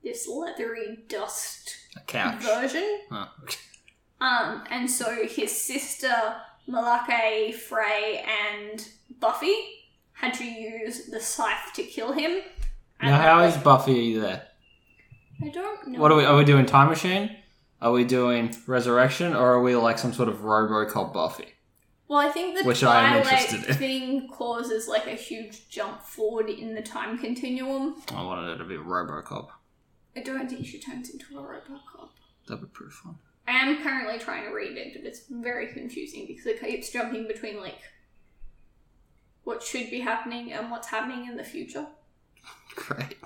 Speaker 1: this leathery dust
Speaker 2: A couch.
Speaker 1: version.
Speaker 2: Oh.
Speaker 1: Um, and so his sister, Malake, Frey, and Buffy had to use the scythe to kill him. And
Speaker 2: Now,
Speaker 1: that
Speaker 2: how
Speaker 1: was-
Speaker 2: is Buffy there?
Speaker 1: I don't know.
Speaker 2: What are we? Are we doing time machine? Are we doing resurrection, or are we like some sort of RoboCop Buffy?
Speaker 1: Well, I think the
Speaker 2: Which I am
Speaker 1: Twilight
Speaker 2: interested in.
Speaker 1: thing causes like a huge jump forward in the time continuum.
Speaker 2: I wanted it to be RoboCop.
Speaker 1: I don't think she turns into a Robocop.
Speaker 2: That'd be pretty fun.
Speaker 1: I am currently trying to read it, but it's very confusing because it keeps jumping between like what should be happening and what's happening in the future.
Speaker 2: Great.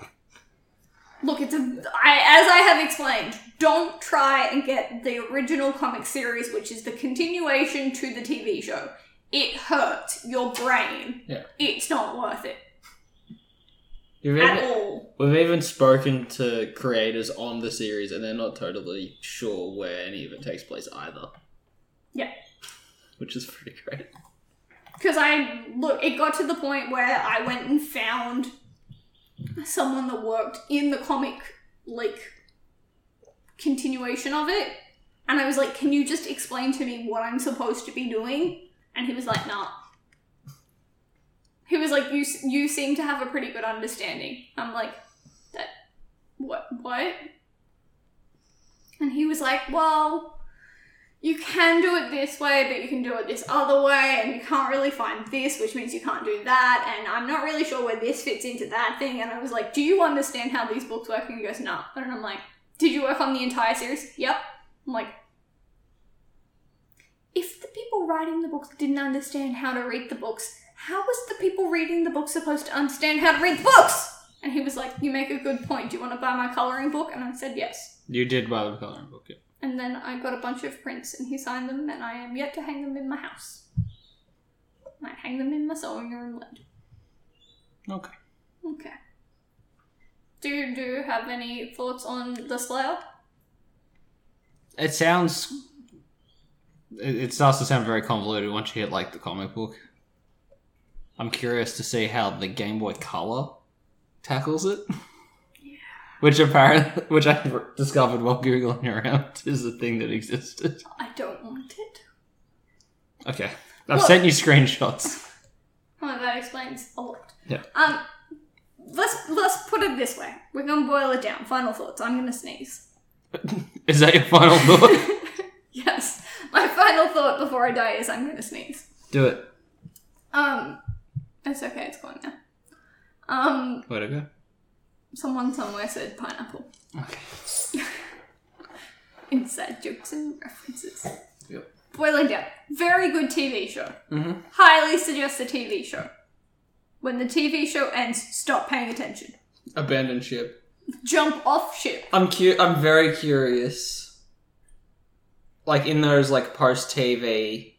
Speaker 1: Look, it's a. I, as I have explained, don't try and get the original comic series, which is the continuation to the TV show. It hurts your brain.
Speaker 2: Yeah.
Speaker 1: It's not worth it.
Speaker 2: You've
Speaker 1: at
Speaker 2: even-
Speaker 1: all.
Speaker 2: We've even spoken to creators on the series, and they're not totally sure where any of it takes place either.
Speaker 1: Yeah.
Speaker 2: Which is pretty great.
Speaker 1: Because I look, it got to the point where I went and found someone that worked in the comic, like continuation of it, and I was like, "Can you just explain to me what I'm supposed to be doing?" And he was like, "Nah." He was like, "You s- you seem to have a pretty good understanding." I'm like, "That what what?" And he was like, "Well." you can do it this way, but you can do it this other way, and you can't really find this, which means you can't do that, and I'm not really sure where this fits into that thing. And I was like, Do you understand how these books work? And he goes, No. And I'm like, Did you work on the entire series? Yep. I'm like, If the people writing the books didn't understand how to read the books, how was the people reading the books supposed to understand how to read the books? And he was like, You make a good point. Do you want to buy my coloring book? And I said, Yes.
Speaker 4: You did buy the coloring book, yeah.
Speaker 1: And then I got a bunch of prints and he signed them, and I am yet to hang them in my house. I hang them in my sewing room lid.
Speaker 4: Okay.
Speaker 1: Okay. Do you, do you have any thoughts on the Slayer?
Speaker 4: It sounds. It, it starts to sound very convoluted once you hit like the comic book. I'm curious to see how the Game Boy Color tackles it. Which apparently, which I discovered while googling around, is a thing that existed.
Speaker 1: I don't want it.
Speaker 4: Okay, I've
Speaker 1: Well-
Speaker 4: sent you screenshots.
Speaker 1: Oh, that explains a lot.
Speaker 4: Yeah.
Speaker 1: Um, let's let's put it this way. We're gonna boil it down. Final thoughts. I'm gonna sneeze.
Speaker 4: Is that your final thought?
Speaker 1: Yes. My final thought before I die is I'm gonna sneeze.
Speaker 4: Do it.
Speaker 1: Um, it's okay. It's gone now. Um,
Speaker 4: Where'd it go?
Speaker 1: Someone somewhere said pineapple.
Speaker 4: Okay.
Speaker 1: Inside jokes and references.
Speaker 4: Yep.
Speaker 1: Boiling down. Very good TV show.
Speaker 4: Mm-hmm.
Speaker 1: Highly suggest the TV show. When the TV show ends, stop paying attention.
Speaker 2: Abandoned ship.
Speaker 1: Jump off ship.
Speaker 2: I'm cu- I'm very curious. Like in those like post TV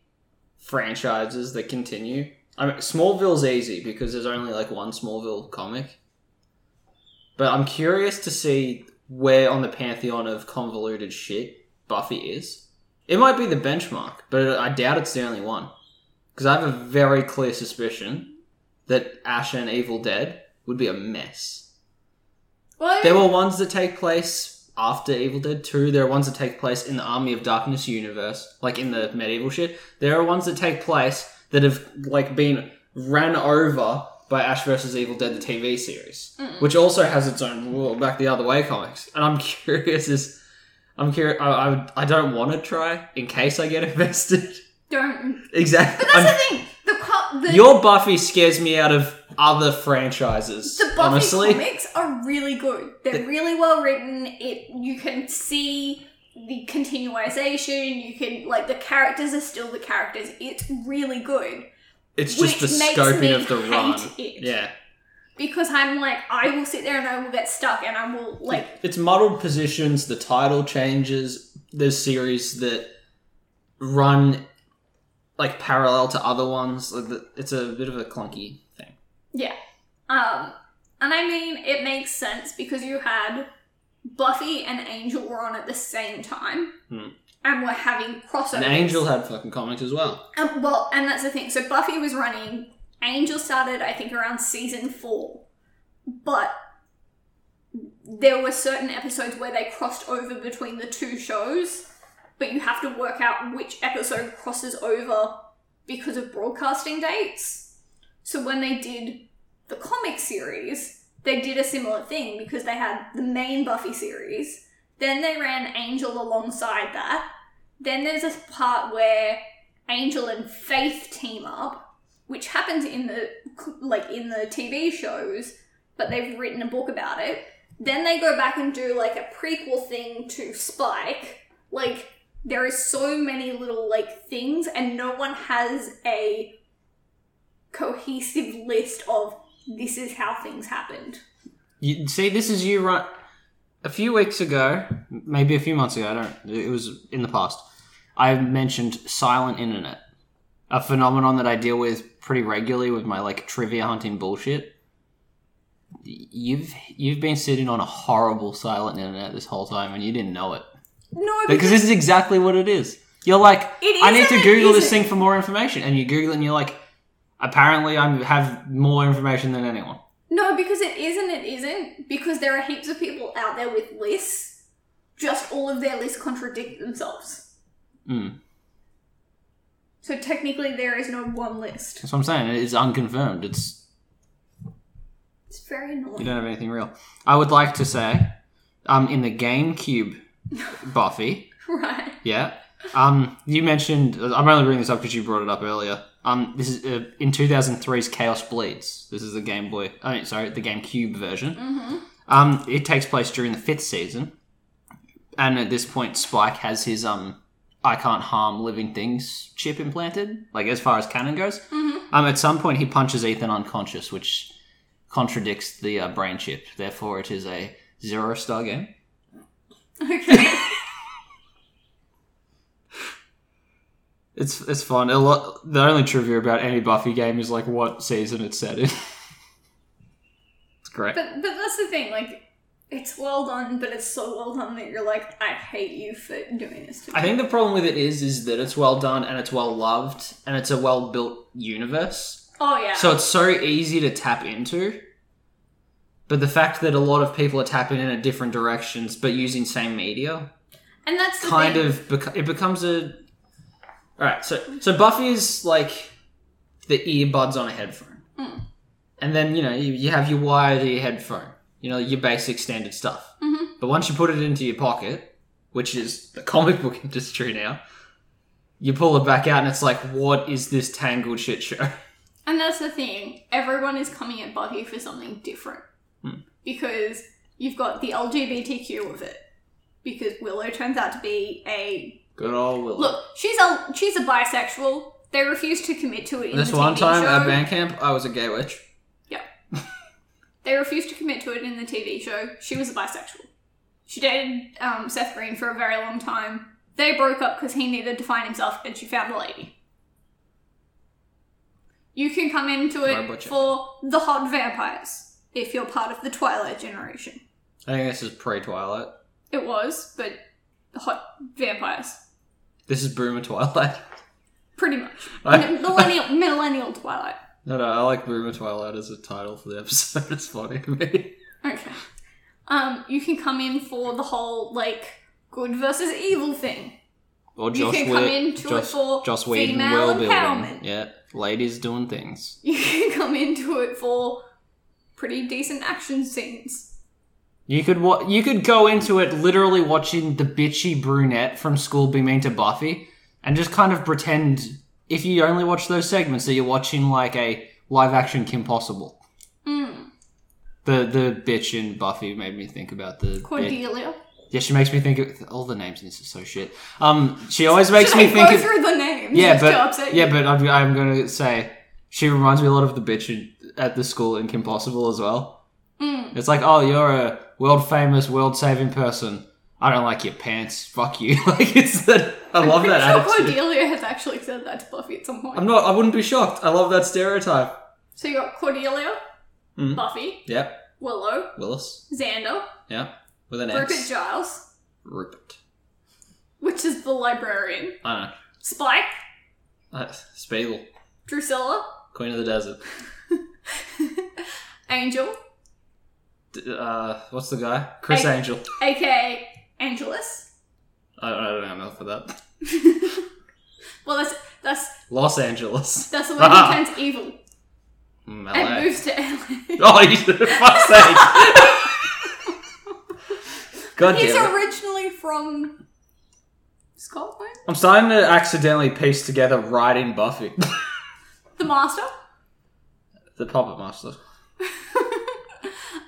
Speaker 2: franchises that continue. I mean, Smallville's easy because there's only like one Smallville comic. But I'm curious to see where on the pantheon of convoluted shit Buffy is. It might be the benchmark, but I doubt it's the only one. Because I have a very clear suspicion that Ash and Evil Dead would be a mess.
Speaker 1: What?
Speaker 2: There were ones that take place after Evil Dead 2. There are ones that take place in the Army of Darkness universe, like in the medieval shit. There are ones that take place that have like been ran over by Ash vs. Evil Dead, the TV series, which also has its own rule back the other way comics. And I'm curious is I'm curious. I, I, I don't want to try in case I get invested.
Speaker 1: Don't.
Speaker 2: exactly.
Speaker 1: But that's
Speaker 2: I'm-
Speaker 1: the thing. The co- the,
Speaker 2: your Buffy scares me out of other franchises.
Speaker 1: the Buffy
Speaker 2: honestly,
Speaker 1: comics are really good. They're
Speaker 2: The-
Speaker 1: really well written. It you can see the continuation. You can like the characters are still the characters. It's really good.
Speaker 2: it's just the
Speaker 1: which makes
Speaker 2: scoping
Speaker 1: me
Speaker 2: of the
Speaker 1: hate
Speaker 2: run.
Speaker 1: it.
Speaker 2: Yeah.
Speaker 1: because I'm like, I will sit there and I will get stuck and I will like,
Speaker 2: it's muddled positions. The title changes. There's series that run like parallel to other ones. Like, the- It's a bit of a clunky thing.
Speaker 1: yeah. Um, and I mean, it makes sense because you had Buffy and Angel were on at the same time
Speaker 2: Hmm.
Speaker 1: and were having crossovers.
Speaker 2: And Angel had fucking comics as well.
Speaker 1: Um, well, and that's the thing. So Buffy was running. Angel started, I think, around season four, but there were certain episodes where they crossed over between the two shows. But you have to work out which episode crosses over because of broadcasting dates. So when they did the comic series, they did a similar thing because they had the main Buffy series. Then they ran Angel alongside that. Then there's a part where Angel and Faith team up, which happens in the like in the TV shows, but they've written a book about it. Then they go back and do like a prequel thing to Spike. Like there is so many little like things and no one has a cohesive list of this is how things happened.
Speaker 4: You see, this is you run. A few weeks ago, maybe a few months ago, I don't. It was in the past. I mentioned silent internet, a phenomenon that I deal with pretty regularly with my like trivia hunting bullshit.
Speaker 2: you've you've been sitting on a horrible silent internet this whole time and you didn't know it
Speaker 1: No,
Speaker 2: because
Speaker 1: because
Speaker 2: this is exactly what it is. You're like,
Speaker 1: It
Speaker 2: I
Speaker 1: is
Speaker 2: need
Speaker 1: and
Speaker 2: to
Speaker 1: it
Speaker 2: Google this
Speaker 1: isn't.
Speaker 2: thing for more information, and you Google it, and you're like, apparently I have more information than anyone.
Speaker 1: no, because it isn't. It isn't because there are heaps of people out there with lists. Just all of their lists contradict themselves.
Speaker 3: Hmm.
Speaker 2: Mm.
Speaker 1: So technically, there is no one list.
Speaker 2: That's what I'm saying. It's unconfirmed. It's
Speaker 1: It's very
Speaker 2: You
Speaker 1: annoying.
Speaker 2: don't have anything real. I would like to say, um, in the GameCube Buffy,
Speaker 1: Right.
Speaker 2: yeah. Um, you mentioned. I'm only bringing this up because you brought it up earlier. Um, this is uh, in 2003's Chaos Bleeds. This is the Game Boy. I mean, sorry, the GameCube version.
Speaker 1: Mm-hmm.
Speaker 2: Um, it takes place during the fifth season, and at this point, Spike has his um, I can't harm living things chip implanted. Like as far as canon goes,
Speaker 1: Mm-hmm.
Speaker 2: um, at some point, he punches Ethan unconscious, which contradicts the uh, brain chip. Therefore, it is a zero star game.
Speaker 1: Okay.
Speaker 2: It's it's fun. A lot. The only trivia about any Buffy game is like what season it's set in. it's great.
Speaker 1: but but that's the thing. Like, it's well done, but it's so well done that you're like, I hate you for doing this. To me.
Speaker 3: I think the problem with it is is that it's well done and it's well loved and it's a well built universe.
Speaker 1: Oh yeah.
Speaker 3: So it's so easy to tap into. But the fact that a lot of people are tapping in at different directions but using same media
Speaker 1: and that's the
Speaker 3: kind
Speaker 1: thing.
Speaker 3: of bec- it becomes a all right so so buffy is like the earbuds on a headphone
Speaker 1: Mm.
Speaker 3: and then you know you, you have your wire to your headphone you know your basic standard stuff
Speaker 1: Mhm.
Speaker 3: but once you put it into your pocket which is the comic book industry now you pull it back out and it's like what is this tangled shit show
Speaker 1: And that's the thing. Everyone is coming at Buffy for something different.
Speaker 3: Hmm.
Speaker 1: Because you've got the LGBTQ of it. Because Willow turns out to be a
Speaker 3: good old willow
Speaker 1: look. She's a she's a bisexual. They refuse to commit to it. In
Speaker 3: this
Speaker 1: the
Speaker 3: one
Speaker 1: TV
Speaker 3: time
Speaker 1: show.
Speaker 3: at band camp i was a gay witch
Speaker 1: They refused to commit to it in the TV show. She was a bisexual. She dated um, Seth Green for a very long time. They broke up because he needed to find himself and she found a lady. You can come into it
Speaker 3: Robot chick.
Speaker 1: for the hot vampires if you're part of the Twilight generation.
Speaker 3: i think this is pre-twilight
Speaker 1: It was, but hot vampires.
Speaker 3: this is boomer twilight
Speaker 1: Pretty much.
Speaker 3: I-
Speaker 1: millennial, millennial Twilight.
Speaker 3: No, no, I like Boomer Twilight as a title for the episode. It's funny to me.
Speaker 1: Okay. Um, you can come in for the whole, like, good versus evil thing.
Speaker 2: Or
Speaker 1: You
Speaker 2: Josh
Speaker 1: can come
Speaker 2: Whe-
Speaker 1: into it
Speaker 2: Josh,
Speaker 1: for
Speaker 2: Joss Whedon
Speaker 1: female
Speaker 2: world building.
Speaker 1: empowerment.
Speaker 2: Yeah, ladies doing things.
Speaker 1: you can come into it for pretty decent action scenes.
Speaker 2: You could wa- you could go into it literally watching the bitchy brunette from school be mean to Buffy, and just kind of pretend if you only watch those segments that you're watching like a live action Kim Possible.
Speaker 1: Mm.
Speaker 2: The the bitch in Buffy made me think about the bitch-
Speaker 1: Cordelia.
Speaker 2: Yeah, she makes me think of all the names in this are so shit. Um, she always makes me think
Speaker 1: go
Speaker 2: of
Speaker 1: through the names.
Speaker 2: yeah,
Speaker 1: It's too
Speaker 2: but
Speaker 1: upsetting.
Speaker 2: yeah, but I'm, I'm gonna say she reminds me a lot of the bitch in, at the school in Kim Possible as well.
Speaker 1: Mm.
Speaker 2: It's like, oh, you're a world famous, world saving person. I don't like your pants. Fuck you. like it's that.
Speaker 3: I love that
Speaker 1: I'm
Speaker 3: attitude.
Speaker 1: pretty sure Cordelia has actually said that to Buffy at some point.
Speaker 3: I'm not. I wouldn't be shocked. I love that stereotype.
Speaker 1: So you got Cordelia,
Speaker 3: Mm.
Speaker 1: Buffy,
Speaker 3: Yep,
Speaker 1: Willow,
Speaker 3: Willis.
Speaker 1: Xander,
Speaker 3: Yeah, with an
Speaker 1: Rupert
Speaker 3: X.
Speaker 1: Giles,
Speaker 3: Rupert.
Speaker 1: which is the librarian,
Speaker 3: I know.
Speaker 1: Spike,
Speaker 3: Uh, Spiegel,
Speaker 1: Drusilla,
Speaker 3: Queen of the Desert.
Speaker 1: Angel,
Speaker 3: D- uh, what's the guy? Chris
Speaker 1: Hey.
Speaker 3: Angel.
Speaker 1: aka Angelus.
Speaker 3: I, I don't know enough for that.
Speaker 1: well, that's that's
Speaker 3: Los Angeles.
Speaker 1: that's the one
Speaker 3: Ah.
Speaker 1: who turns evil
Speaker 3: Mm,
Speaker 1: and
Speaker 3: LA.
Speaker 1: moves to LA.
Speaker 3: Oh, you, fuck's sake! God
Speaker 1: He's
Speaker 3: damn it.
Speaker 1: originally from Scotland.
Speaker 3: I'm starting to accidentally piece together writing Buffy.
Speaker 1: The Master.
Speaker 3: the Puppet Master.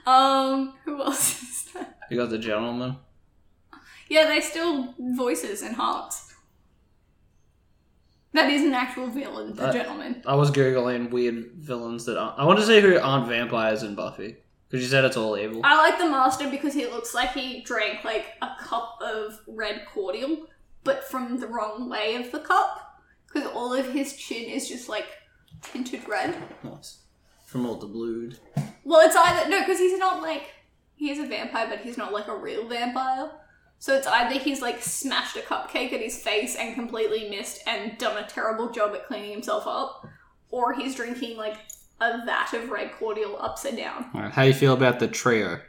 Speaker 1: Um, who else is that?
Speaker 3: You got the gentleman.
Speaker 1: Yeah, they still voices and hearts. That is an actual villain, the
Speaker 3: Uh,
Speaker 1: gentleman.
Speaker 3: I was googling weird villains that aren't. I want to see who aren't vampires in Buffy because you said it's all evil.
Speaker 1: I like the master because he looks like he drank like a cup of red cordial, but from the wrong way of the cup, because all of his chin is just like tinted red.
Speaker 3: Nice. From all the blood.
Speaker 1: Well, it's either no, because he's not like he is a vampire, but he's not like a real vampire. So it's either he's like smashed a cupcake at his face and completely missed and done a terrible job at cleaning himself up, or he's drinking like a vat of red cordial upside down.
Speaker 5: All right, how do you feel about the trio?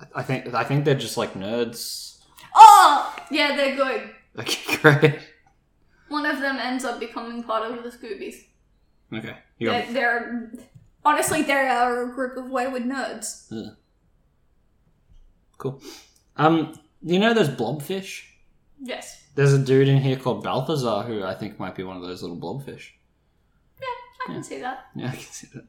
Speaker 5: I- I think I think they're just like nerds.
Speaker 1: Oh, yeah, they're good.
Speaker 5: Okay, great.
Speaker 1: One of them ends up becoming part of the Scoobies.
Speaker 5: Okay, you got
Speaker 1: They're, they're honestly they are a group of wayward nerds.
Speaker 5: cool. Um, you know those blobfish?
Speaker 1: Yes.
Speaker 5: There's a dude in here called Balthazar who I think might be one of those little blobfish.
Speaker 1: I can
Speaker 5: Yeah.
Speaker 1: see that.
Speaker 5: Yeah, I can see that.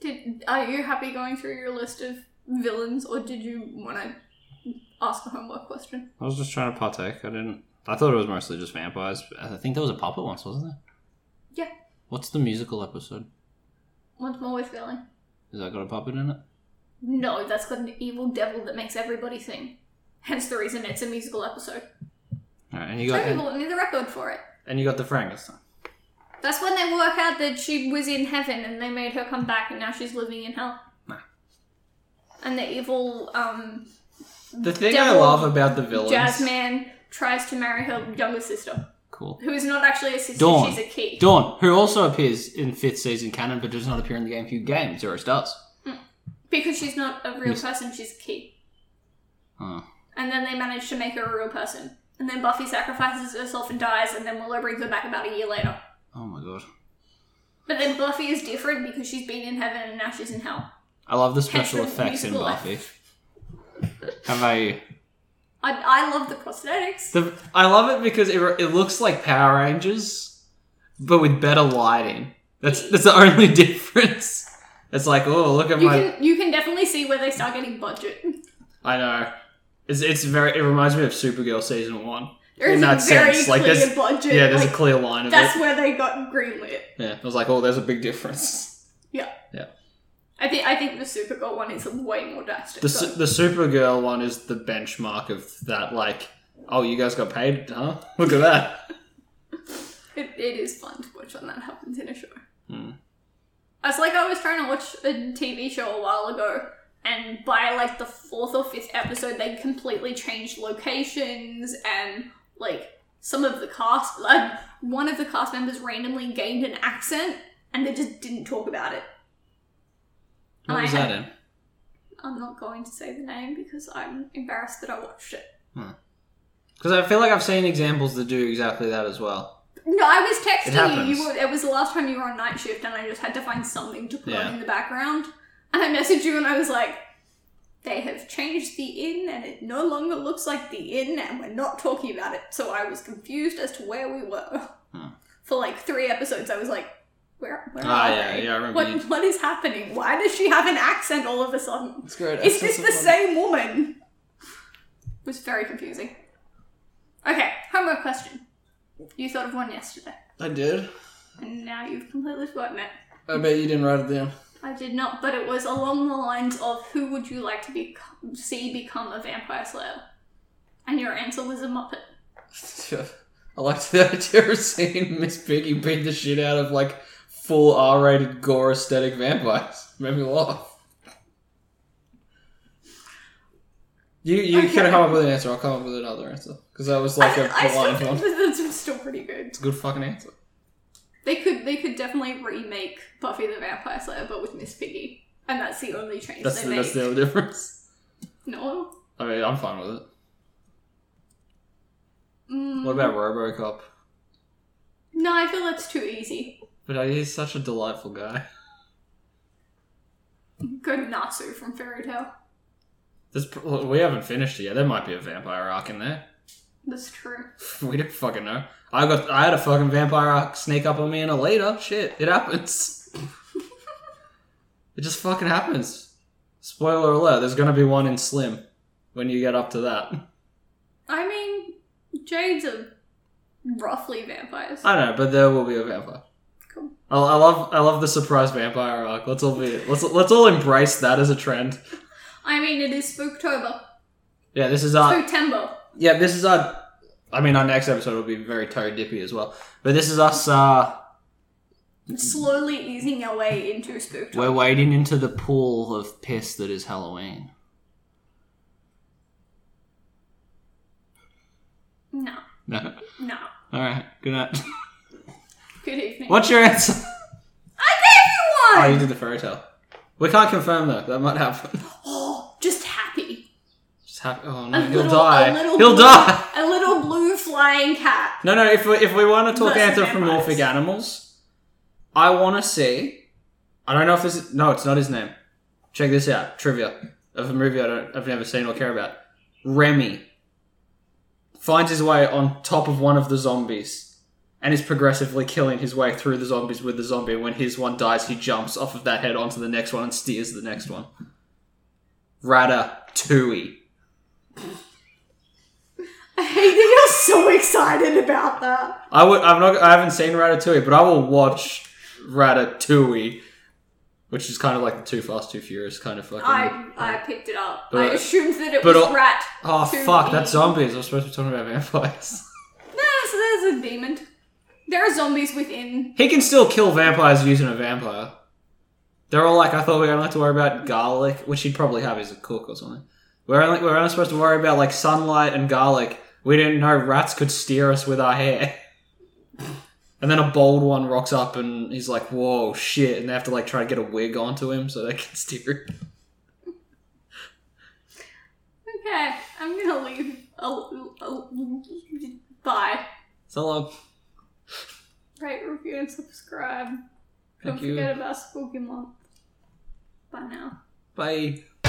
Speaker 1: Did are you happy going through your list of villains, or did you want to ask a homework question?
Speaker 5: I was just trying to partake. I didn't. I thought it was mostly just vampires. but I think there was a puppet once, wasn't there?
Speaker 1: Yeah.
Speaker 5: What's the musical episode?
Speaker 1: Once more with villain.
Speaker 5: Has that got a puppet in it?
Speaker 1: No, that's got an evil devil that makes everybody sing. Hence the reason it's a musical episode.
Speaker 5: All right, and you
Speaker 1: Some
Speaker 5: got
Speaker 1: people
Speaker 5: and,
Speaker 1: want me the record for it.
Speaker 5: you got the Frankenstein.
Speaker 1: That's when they work out that she was in heaven and they made her come back and now she's living in hell.
Speaker 5: Nah.
Speaker 1: And the evil um,
Speaker 2: The thing I
Speaker 1: Devil-
Speaker 2: love about the villains.
Speaker 1: jazz man tries to marry her younger sister,
Speaker 5: Cool.
Speaker 1: who is not actually a sister,
Speaker 5: Dawn.
Speaker 1: she's a key.
Speaker 5: Dawn, who also appears in fifth season canon, but does not appear in the game Gamecube game. Zero stars.
Speaker 1: Because she's not a real
Speaker 5: Yes.
Speaker 1: person, she's a key.
Speaker 5: Oh.
Speaker 1: And then they manage to make her a real person. And then Buffy sacrifices herself and dies, and then Willow brings her back about a year later.
Speaker 5: oh my god.
Speaker 1: But then Buffy is different because she's been in heaven and now she's in hell.
Speaker 5: I love the special
Speaker 1: Hence the
Speaker 5: effects in
Speaker 1: musical
Speaker 5: Buffy. How about you?
Speaker 1: I, I love the prosthetics.
Speaker 2: The, I love it because it, it looks like Power Rangers, but with better lighting. That's that's the only difference. It's like, oh, look at
Speaker 1: You
Speaker 2: my.
Speaker 1: can you can definitely see where they start getting budget.
Speaker 2: I know. It's it's very. It reminds me of Supergirl season one.
Speaker 1: There's
Speaker 2: In
Speaker 1: a
Speaker 2: that
Speaker 1: very
Speaker 2: sense, like,
Speaker 1: clear
Speaker 2: there's-
Speaker 1: budget.
Speaker 2: Yeah, there's
Speaker 1: like,
Speaker 2: a clear line of
Speaker 1: that's
Speaker 2: it.
Speaker 1: where they got greenlit.
Speaker 2: Yeah, I was like, oh, there's a big difference.
Speaker 1: I think I think the Supergirl one is way more drastic.
Speaker 2: The
Speaker 1: though.
Speaker 2: su- the Supergirl one is the benchmark of that. Like, oh, you guys got paid, huh? Look at that.
Speaker 1: It, it is fun to watch when that happens in a show.
Speaker 2: Hmm.
Speaker 1: It's like I was trying to watch a TV show a while ago, and by like the fourth or fifth episode, they completely changed locations and like some of the cast, like one of the cast members randomly gained an accent, and they just didn't talk about it.
Speaker 2: What
Speaker 1: I-
Speaker 2: was that in?
Speaker 1: I'm not going to say the name because I'm embarrassed that I watched it.
Speaker 2: Because I feel like I've seen examples that do exactly that as well.
Speaker 1: No, I was
Speaker 2: It
Speaker 1: texting you.
Speaker 2: happens.
Speaker 1: you were, it was the last time you were on night shift, and I just had to find something to put
Speaker 2: Yeah.
Speaker 1: on in the background. And I messaged you, and I was like, "They have changed the inn, and it no longer looks like the inn, and we're not talking about it." So I was confused as to where we were.
Speaker 2: Hmm.
Speaker 1: For like three episodes, I was like, "Where? Where
Speaker 2: Ah,
Speaker 1: are
Speaker 2: yeah,
Speaker 1: they?
Speaker 2: yeah, I remember. you-
Speaker 1: What? What is happening? Why does she have an accent all of a sudden?
Speaker 5: It's great.
Speaker 1: Is this the same woman?" It was very confusing. Okay, homework question. You thought of one yesterday.
Speaker 2: I did.
Speaker 1: And now you've completely forgotten it.
Speaker 2: I bet you didn't write it down.
Speaker 1: I did not, but it was along the lines of who would you like to be- see become a vampire slayer? And your answer was a Muppet.
Speaker 2: I liked the idea of seeing Miss Piggy beat the shit out of like full R-rated gore aesthetic vampires. Made me laugh. You you
Speaker 1: Okay.
Speaker 2: can come up with an answer. I'll come up with another answer because that was like a
Speaker 1: I, I still
Speaker 2: blind one.
Speaker 1: think that that's still pretty good.
Speaker 2: It's a good fucking answer.
Speaker 1: They could they could definitely remake Buffy the Vampire Slayer, but with Miss Piggy, and that's the only change
Speaker 2: That's
Speaker 1: they
Speaker 2: the,
Speaker 1: made.
Speaker 2: that's the other difference.
Speaker 1: No.
Speaker 2: I mean, I'm fine with it.
Speaker 1: Mm.
Speaker 2: What about RoboCop?
Speaker 1: No, I feel that's too easy.
Speaker 2: But uh, he's such a delightful guy.
Speaker 1: Go to Natsu from Fairy Tale.
Speaker 2: This pr- we haven't finished it yet. There might be a vampire arc in there.
Speaker 1: That's true.
Speaker 2: We don't fucking know. I got I had a fucking vampire snake up on me in a later. Shit, it happens. it just fucking happens. Spoiler alert, there's gonna be one in Slim when you get up to that.
Speaker 1: I mean, Jade's are roughly vampires.
Speaker 2: I know, but there will be a vampire.
Speaker 1: Cool.
Speaker 2: I, I love I love the surprise vampire arc. Let's all be let's let's all embrace that as a trend.
Speaker 1: I mean, it is Spooktober.
Speaker 2: Yeah, this is our
Speaker 1: Spooktember.
Speaker 2: yeah, this is our. I mean, our next episode will be very toe dippy as well. But this is us uh,
Speaker 1: slowly easing our way into Spooktober.
Speaker 6: We're wading into the pool of piss that is Halloween.
Speaker 1: No,
Speaker 6: No.
Speaker 1: no.
Speaker 6: All right. Good night.
Speaker 1: Good evening.
Speaker 6: What's your answer?
Speaker 2: Oh,
Speaker 1: I
Speaker 2: you
Speaker 1: gave you one!
Speaker 2: did the fairy tale. We can't confirm though. That might happen.
Speaker 1: Oh, just happy.
Speaker 2: Just happy. Oh
Speaker 1: A
Speaker 2: no, he'll
Speaker 1: little-
Speaker 2: die.
Speaker 1: a little
Speaker 2: He'll
Speaker 1: blue-
Speaker 2: die.
Speaker 1: A little blue flying cat.
Speaker 2: No, no. If we, if we want to talk
Speaker 1: Versus
Speaker 2: anthropomorphic
Speaker 1: vampires.
Speaker 2: animals, I want to see. I don't know if this. Is, no, it's not his name. Check this out. Trivia of a movie I don't. I've never seen or care about. Remy finds his way on top of one of the zombies and is progressively killing his way through the zombies with the zombie. When his one dies, he jumps off of that head onto the next one and steers the next one. Ratatouille.
Speaker 1: I hate that you're so excited about that.
Speaker 2: I would. I'm not. I haven't seen Ratatouille, but I will watch Ratatouille, which is kind of like the Too Fast, Too Furious kind of fucking.
Speaker 1: I I picked it up. I
Speaker 2: But-
Speaker 1: assumed that it
Speaker 2: but
Speaker 1: was
Speaker 2: al-
Speaker 1: rat.
Speaker 2: oh
Speaker 1: Too
Speaker 2: fuck!
Speaker 1: easy.
Speaker 2: That's zombies. I was supposed to be talking about vampires.
Speaker 1: No, so there's a demon. There are zombies within.
Speaker 2: he can still kill vampires using a vampire. They're all like, I thought we were gonna have to worry about garlic, which he'd probably have as a cook or something. We're only we're only supposed to worry about like sunlight and garlic. We didn't know rats could steer us with our hair. And then a bald one rocks up and he's like, "Whoa, shit!" And they have to like try to get a wig onto him so they can steer him.
Speaker 1: Okay, I'm gonna leave. Oh, oh, bye.
Speaker 2: So long.
Speaker 1: Rate, review, and subscribe. Don't
Speaker 2: Thank you.
Speaker 1: forget about spooky month. Bye now.
Speaker 2: Bye.